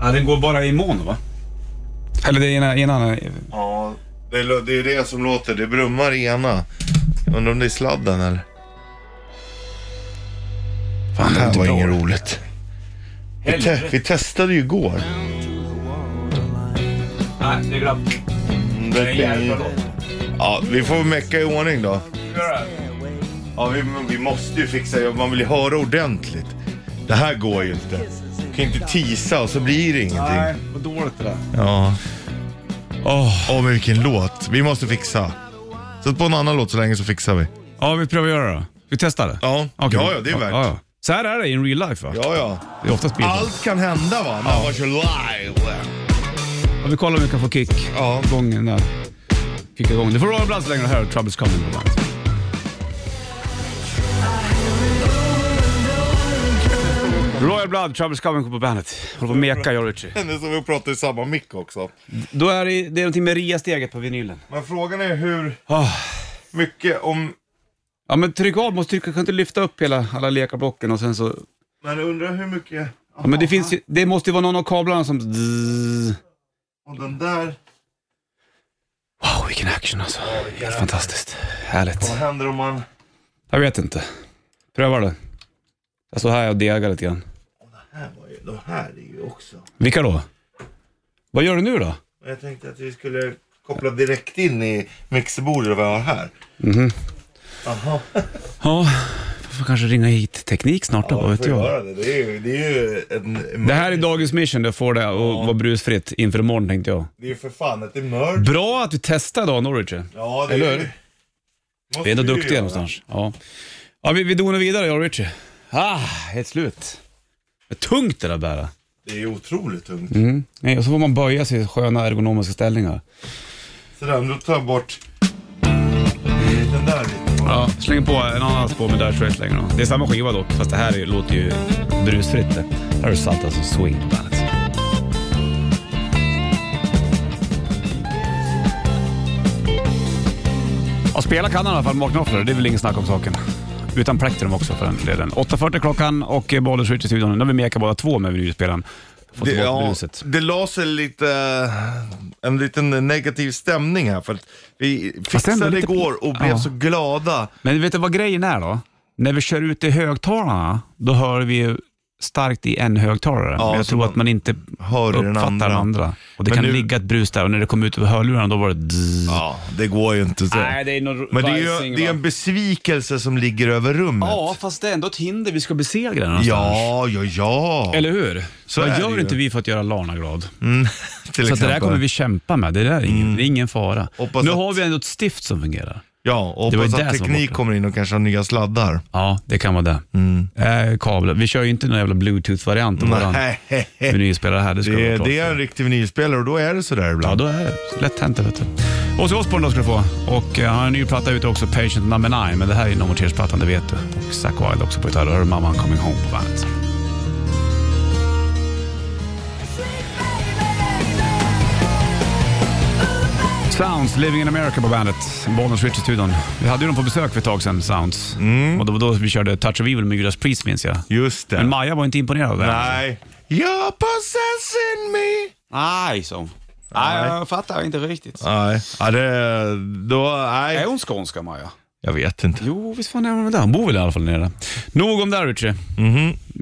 Speaker 2: Ja, den går bara i mono, va? Eller det är ena... ena
Speaker 3: ja. Det är lo- det är det som låter. Det brummar i ena. Undrar om det är sladden eller? Fan, det här var inget roligt. Vi, te- vi testade ju igår.
Speaker 2: Nej, det är glömt.
Speaker 3: Mm, Det Ja, vi får mecka i ordning då. Ja, vi, vi måste ju fixa jobb. Man vill ju höra ordentligt. Det här går ju inte. Du kan inte tisa och så blir det ingenting.
Speaker 2: vad dåligt det där.
Speaker 3: Ja. Åh, men vilken låt. Vi måste fixa. Sätt på en annan låt så länge så fixar vi.
Speaker 2: Ja, vi prövar göra det då. Vi testar det.
Speaker 3: Ja.
Speaker 2: Okej.
Speaker 3: Ja, ja, det är värt.
Speaker 2: ja. Så här är det in real life va?
Speaker 3: Ja, ja.
Speaker 2: Det är oftast bilden.
Speaker 3: Allt kan hända va, när man kör live.
Speaker 2: Ja, vi kollar om vi kan få kick
Speaker 3: Ja.
Speaker 2: gången där. Kicka igång. Det får vara ibland så länge det här är Troubles Coming på bandet. Royal Blood, Troubles Coming på bandet. Håller på att meka jag och Richie.
Speaker 3: Det är som vi pratar i samma mick också.
Speaker 2: Då är det, det är någonting med RIA-steget på vinylen.
Speaker 3: Men frågan är hur
Speaker 2: Ah.
Speaker 3: mycket om...
Speaker 2: Ja men tryck av, måste trycka, kan inte lyfta upp hela, alla lekablocken och sen så...
Speaker 3: Men undrar hur mycket...
Speaker 2: Ja, men det finns ju, det måste ju vara någon av kablarna som... Zzz.
Speaker 3: Och den där...
Speaker 2: Wow, vilken action alltså. Helt fantastiskt. Härligt.
Speaker 3: Vad händer om man...
Speaker 2: Jag vet inte. Pröva det. Jag står här och degar lite grann.
Speaker 3: Här var ju, de här är ju också...
Speaker 2: Vilka då? Vad gör du nu då?
Speaker 3: Jag tänkte att vi skulle koppla direkt in i mixerbordet vi har här.
Speaker 2: Mhm. Ja, får kanske ringa hit teknik snart då, vad vet
Speaker 3: får
Speaker 2: jag.
Speaker 3: göra det. Det är ju, det är ju en...
Speaker 2: Det här är dagens mission, du får det att vara brusfritt inför imorgon tänkte jag.
Speaker 3: Det är ju för fan ett emerge.
Speaker 2: Bra att vi testar idag Norwich.
Speaker 3: Ja, det
Speaker 2: Eller
Speaker 3: är ju...
Speaker 2: hur? Vi är ändå
Speaker 3: Måste ju
Speaker 2: duktiga
Speaker 3: göra.
Speaker 2: någonstans. Ja. Ja, vi, vi donar vidare, jag och Richie. Ah, helt slut. Det är tungt det där att bära.
Speaker 3: Det är ju otroligt tungt.
Speaker 2: Mm. Nej, och så får man böja sig i sköna ergonomiska ställningar.
Speaker 3: Sådär, men då tar jag bort den där lite. bara.
Speaker 2: Ja, släng på en annan spår med Dire Straits längre då. Det är samma skiva dock, fast det här är- låter ju brusfritt. det. Här är Salta som swing på bandet. Ja, spela kan han i alla fall, Mark Knopfler. Det är väl ingen snack om saken. Utan plektrum också för den delen. 8.40 klockan och eh, Bollers Rich i studion. Nu har vi mekat båda två med vinylspelaren. Fått
Speaker 3: Det,
Speaker 2: bort
Speaker 3: ja,
Speaker 2: bruset.
Speaker 3: det la sig lite, eh, en liten negativ stämning här för att vi
Speaker 2: ändå
Speaker 3: fixade
Speaker 2: lite-
Speaker 3: igår och blev
Speaker 2: ja.
Speaker 3: så glada.
Speaker 2: Men vet du vad grejen är då? När vi kör ut i högtalarna, då hör vi ju starkt i en högtalare.
Speaker 3: Ja,
Speaker 2: Men jag
Speaker 3: så
Speaker 2: tror
Speaker 3: man
Speaker 2: att man inte
Speaker 3: hör i den
Speaker 2: uppfattar den andra.
Speaker 3: andra.
Speaker 2: Och det
Speaker 3: Men
Speaker 2: kan
Speaker 3: nu-
Speaker 2: ligga ett brus där och när det kom ut över hörlurarna då var det dzz.
Speaker 3: Ja, det går ju inte så.
Speaker 2: det är nog
Speaker 3: Men det är ju det är en besvikelse som ligger över rummet.
Speaker 2: Ja, fast det är ändå ett hinder vi ska besegra någonstans.
Speaker 3: ja, ja. ja.
Speaker 2: Eller hur?
Speaker 3: Så
Speaker 2: Vad
Speaker 3: är
Speaker 2: gör
Speaker 3: det ju.
Speaker 2: inte vi för att göra Lana glad?
Speaker 3: till
Speaker 2: Så att det där
Speaker 3: exempel.
Speaker 2: kommer vi kämpa med. Det där är ingen, det är ingen fara.
Speaker 3: Mm. Hoppas
Speaker 2: nu
Speaker 3: att-
Speaker 2: har vi ändå ett stift som fungerar.
Speaker 3: Ja, och
Speaker 2: Det var ju
Speaker 3: hoppas att
Speaker 2: det som var
Speaker 3: teknik
Speaker 2: borta.
Speaker 3: kommer in och kanske har nya sladdar.
Speaker 2: Ja, det kan vara det. Eh, kablar. Vi kör ju inte någon jävla bluetooth-variant av våran
Speaker 3: Mm. Nej,
Speaker 2: vinylspelare här. Det, ska
Speaker 3: det,
Speaker 2: vara
Speaker 3: är-
Speaker 2: klart
Speaker 3: det är
Speaker 2: för.
Speaker 3: en riktig vinylspelare och då är det sådär
Speaker 2: Ja,
Speaker 3: ibland.
Speaker 2: då är det. Lätt hänt det, vet du. Ozzy Osbourne då ska du få. Och eh, han har en ny platta ute också, Patient Number 9. Men det här är nummerteringsplattan, det vet du. Och Zack Wilde också på gitarr. Hör mamman Coming Home på bandet. Sounds, Living in America på bandet. Bonus Rich i studion. Vi hade ju dem på besök för ett tag sedan, Sounds.
Speaker 3: Mm.
Speaker 2: Och det var då vi körde Touch of Evil med Judas Priest, minns jag.
Speaker 3: Just det.
Speaker 2: Men Maja var inte imponerad av det.
Speaker 3: Nej. You're possessing me.
Speaker 2: Nej, så. Nej, jag fattar inte riktigt.
Speaker 3: Nej, ja, det, då, nej.
Speaker 2: Är hon skånska, Maja?
Speaker 3: Jag vet inte.
Speaker 2: Jo, visst fan är han väl där. Han bor väl i alla fall nere. Nog om det här, Richie.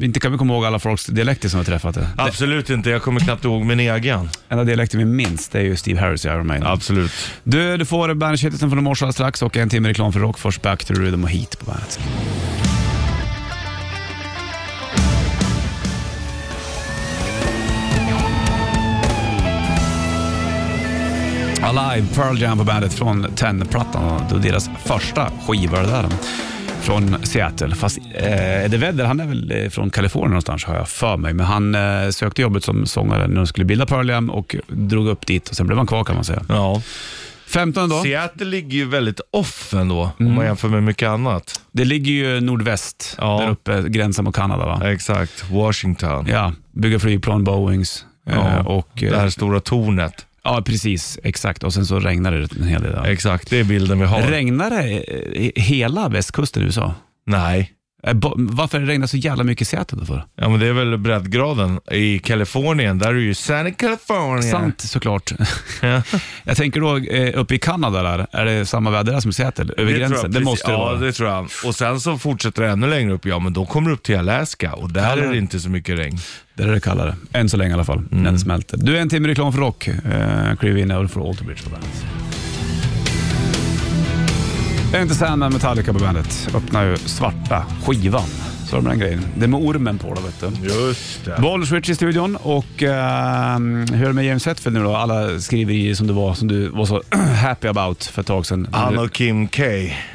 Speaker 2: Inte kan vi komma ihåg alla folks dialekter som vi har träffat. Den
Speaker 3: Absolut inte, jag kommer knappt ihåg min egen.
Speaker 2: enda dialekten vi minns det är ju Steve Harris i Iron Maiden.
Speaker 3: Absolut.
Speaker 2: Du, du får bandshittelsen från i morse alldeles strax och en timme reklam för Rockfors Back to the Rhythm och Heat på bandet. Alive, Pearl Jam på bandet från Ten-plattan. Då deras första skiva det där. Från Seattle. Fast eh, Eddie Vedder, han är väl eh, från Kalifornien någonstans har jag för mig. Men han eh, sökte jobbet som sångare när de skulle bilda Pearl Jam och drog upp dit och sen blev han kvar kan man säga.
Speaker 3: Ja.
Speaker 2: 15 då.
Speaker 3: Seattle ligger ju väldigt off ändå, om man jämför med mycket annat.
Speaker 2: Det ligger ju nordväst,
Speaker 3: Ja.
Speaker 2: där uppe, gränsen mot Kanada va?
Speaker 3: Exakt, Washington.
Speaker 2: Ja, bygga flygplan, Boeings.
Speaker 3: Ja,
Speaker 2: eh, och, eh,
Speaker 3: Det här stora tornet.
Speaker 2: ja, precis. Exakt. Och sen så regnar det en hel del.
Speaker 3: Exakt, det är bilden vi har.
Speaker 2: Regnar det eh, hela västkusten i USA?
Speaker 3: Nej,
Speaker 2: Eh, bo- Varför regnar det så jävla mycket i Seattle då för?
Speaker 3: Ja men det är väl breddgraden. I Kalifornien, där är ju Santa California.
Speaker 2: Sant såklart.
Speaker 3: Ja.
Speaker 2: Jag tänker då eh, uppe i Kanada där, är det samma väder där som i Seattle? Över
Speaker 3: tror jag
Speaker 2: gränsen? Det
Speaker 3: precis-
Speaker 2: måste det
Speaker 3: ja,
Speaker 2: vara.
Speaker 3: det tror jag. Och sen så fortsätter det ännu längre upp, ja men då kommer du upp till Alaska och där är det inte så mycket regn.
Speaker 2: Där är det kallare. Än så länge i alla fall,
Speaker 3: Mm.
Speaker 2: när den smälter. Du, är en timme reklam för rock. Eh, Kliv in och får Alterbridge på bandet. Jag är inte Sandman Metallica på bandet. Öppnar ju svarta skivan. Så är det med den grejen. Det är med ormen på då, vet du.
Speaker 3: Just det.
Speaker 2: Bollers Rich i studion och ehm, hur är det med James Hetfield nu då? Alla skriverier som du var, som du var så happy about för ett tag sedan.
Speaker 3: Han och Kim K.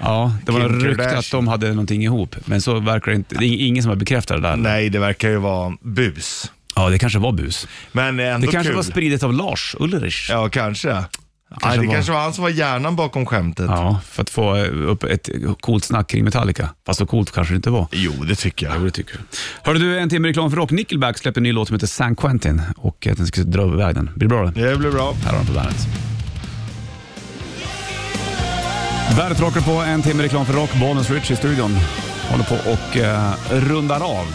Speaker 2: Ja, det var
Speaker 3: Kim
Speaker 2: rykte
Speaker 3: Kardashian.
Speaker 2: att de hade någonting ihop, men så verkar det inte. Det är ingen som har bekräftat det där.
Speaker 3: Nej, det verkar ju vara bus.
Speaker 2: Ja, det kanske var bus.
Speaker 3: Men
Speaker 2: Det
Speaker 3: ändå
Speaker 2: kanske
Speaker 3: kul.
Speaker 2: var spridet av Lars Ulrich.
Speaker 3: Ja, kanske. Nej, det
Speaker 2: var-
Speaker 3: kanske var han som var hjärnan bakom skämtet.
Speaker 2: Ja, för att få eh, upp ett coolt snack kring Metallica. Fast så coolt kanske det inte var.
Speaker 3: Jo, det tycker jag.
Speaker 2: det tycker du. Hörde du, en timme reklam för rock. Nickelback släpper en ny låt som heter San Quentin och eh, den ska dra iväg den. Blir det bra det?
Speaker 3: Det blir bra.
Speaker 2: Här har de på bandet. Bandet rockar på en timme reklam för rock. Bonus Rich i studion håller på och eh, rundar av.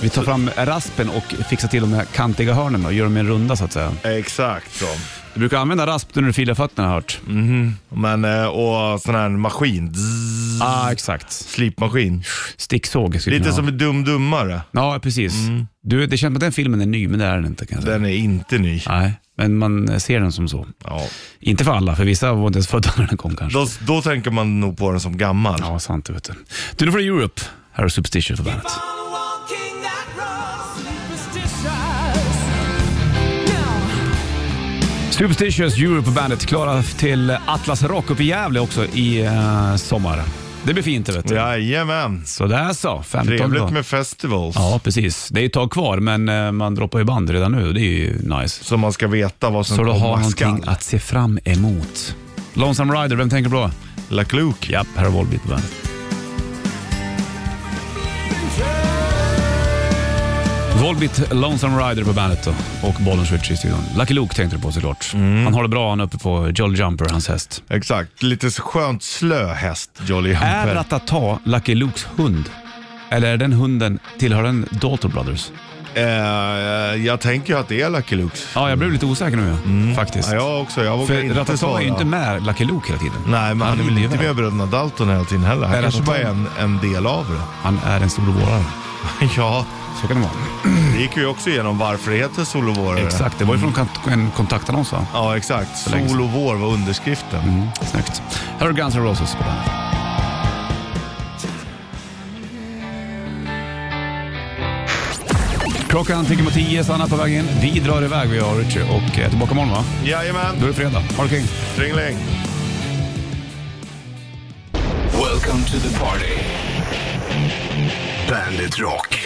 Speaker 2: Vi tar fram raspen och fixar till de här kantiga hörnen och gör dem i en runda så att säga.
Speaker 3: Exakt så.
Speaker 2: Du brukar använda rasp när du filar fötterna har jag hört.
Speaker 3: Men, eh, och sån här maskin. Zzz,
Speaker 2: Ah, exakt.
Speaker 3: Slipmaskin.
Speaker 2: Sticksåg skulle
Speaker 3: Lite
Speaker 2: kunna
Speaker 3: som Mm.
Speaker 2: vara.
Speaker 3: en dum dummare.
Speaker 2: Ja, precis. Du, det känns som att den filmen är ny, men det är den inte kan jag säga.
Speaker 3: Den är inte ny.
Speaker 2: Nej, men man ser den som så.
Speaker 3: Ja.
Speaker 2: Inte för alla, för vissa var inte ens födda när den kom kanske.
Speaker 3: Då, då tänker man nog på den som gammal.
Speaker 2: Ja, sant vet du. Du, nu får du Europe. Här är Superstition för bandet. Superstitious Europe på bandet. Klara till Atlas Rock uppe i Gävle också i eh, sommar. Det blir fint det vet du.
Speaker 3: Jajamän.
Speaker 2: Så där så, 15
Speaker 3: Trevligt
Speaker 2: då.
Speaker 3: med festivals.
Speaker 2: Ja, precis. Det är ett tag kvar, men eh, man droppar ju band redan nu. Det är ju nice.
Speaker 3: Så man ska veta vad som
Speaker 2: Så du har
Speaker 3: komma
Speaker 2: någonting
Speaker 3: skall.
Speaker 2: att se fram emot. Lonesome Rider, vem tänker du på?
Speaker 3: La Cluke.
Speaker 2: Japp, här har Volbeat på bandet. Volbeat, Lonesome Rider på bandet då. och Bollen Switch i studion. Lucky Luke tänkte du på såklart. Han har det bra, han är uppe på Jolly Jumper, hans häst.
Speaker 3: Exakt. Lite så skönt slö häst, Jolly
Speaker 2: Är
Speaker 3: Jumper.
Speaker 2: Ratata Lucky Lukes hund? Eller är den hunden, tillhör den Dalton Brothers?
Speaker 3: Eh, jag tänker ju att det är Lucky Lukes.
Speaker 2: Ja, jag blev lite osäker nu faktiskt.
Speaker 3: Ja, jag också. Jag vågar
Speaker 2: För
Speaker 3: inte
Speaker 2: Ratata
Speaker 3: svara.
Speaker 2: är ju inte med Lucky Luke hela tiden.
Speaker 3: Nej, men han är väl
Speaker 2: ju
Speaker 3: inte
Speaker 2: med.
Speaker 3: med bröderna Dalton hela tiden heller. Han
Speaker 2: Nej,
Speaker 3: kanske bara är
Speaker 2: Dalton.
Speaker 3: en, en del av det.
Speaker 2: Han är en solovårare.
Speaker 3: ja,
Speaker 2: Så kan det vara.
Speaker 3: det gick vi också igenom varför det heter Sol och vår.
Speaker 2: Exakt, det var ju från kont- en kontaktannons va?
Speaker 3: Ja, exakt.
Speaker 2: länge
Speaker 3: Sol och vår var underskriften.
Speaker 2: Mm, snyggt. Här har Guns N' Roses på bandet. Klockan tickar mot tio, Sanna på väg in. Vi drar iväg vi och Richie och eh, tillbaka imorgon va? Då
Speaker 3: Jajamän,
Speaker 2: är det fredag. Ha det king.
Speaker 3: ringling.
Speaker 1: Welcome to the party. Bandit Rock.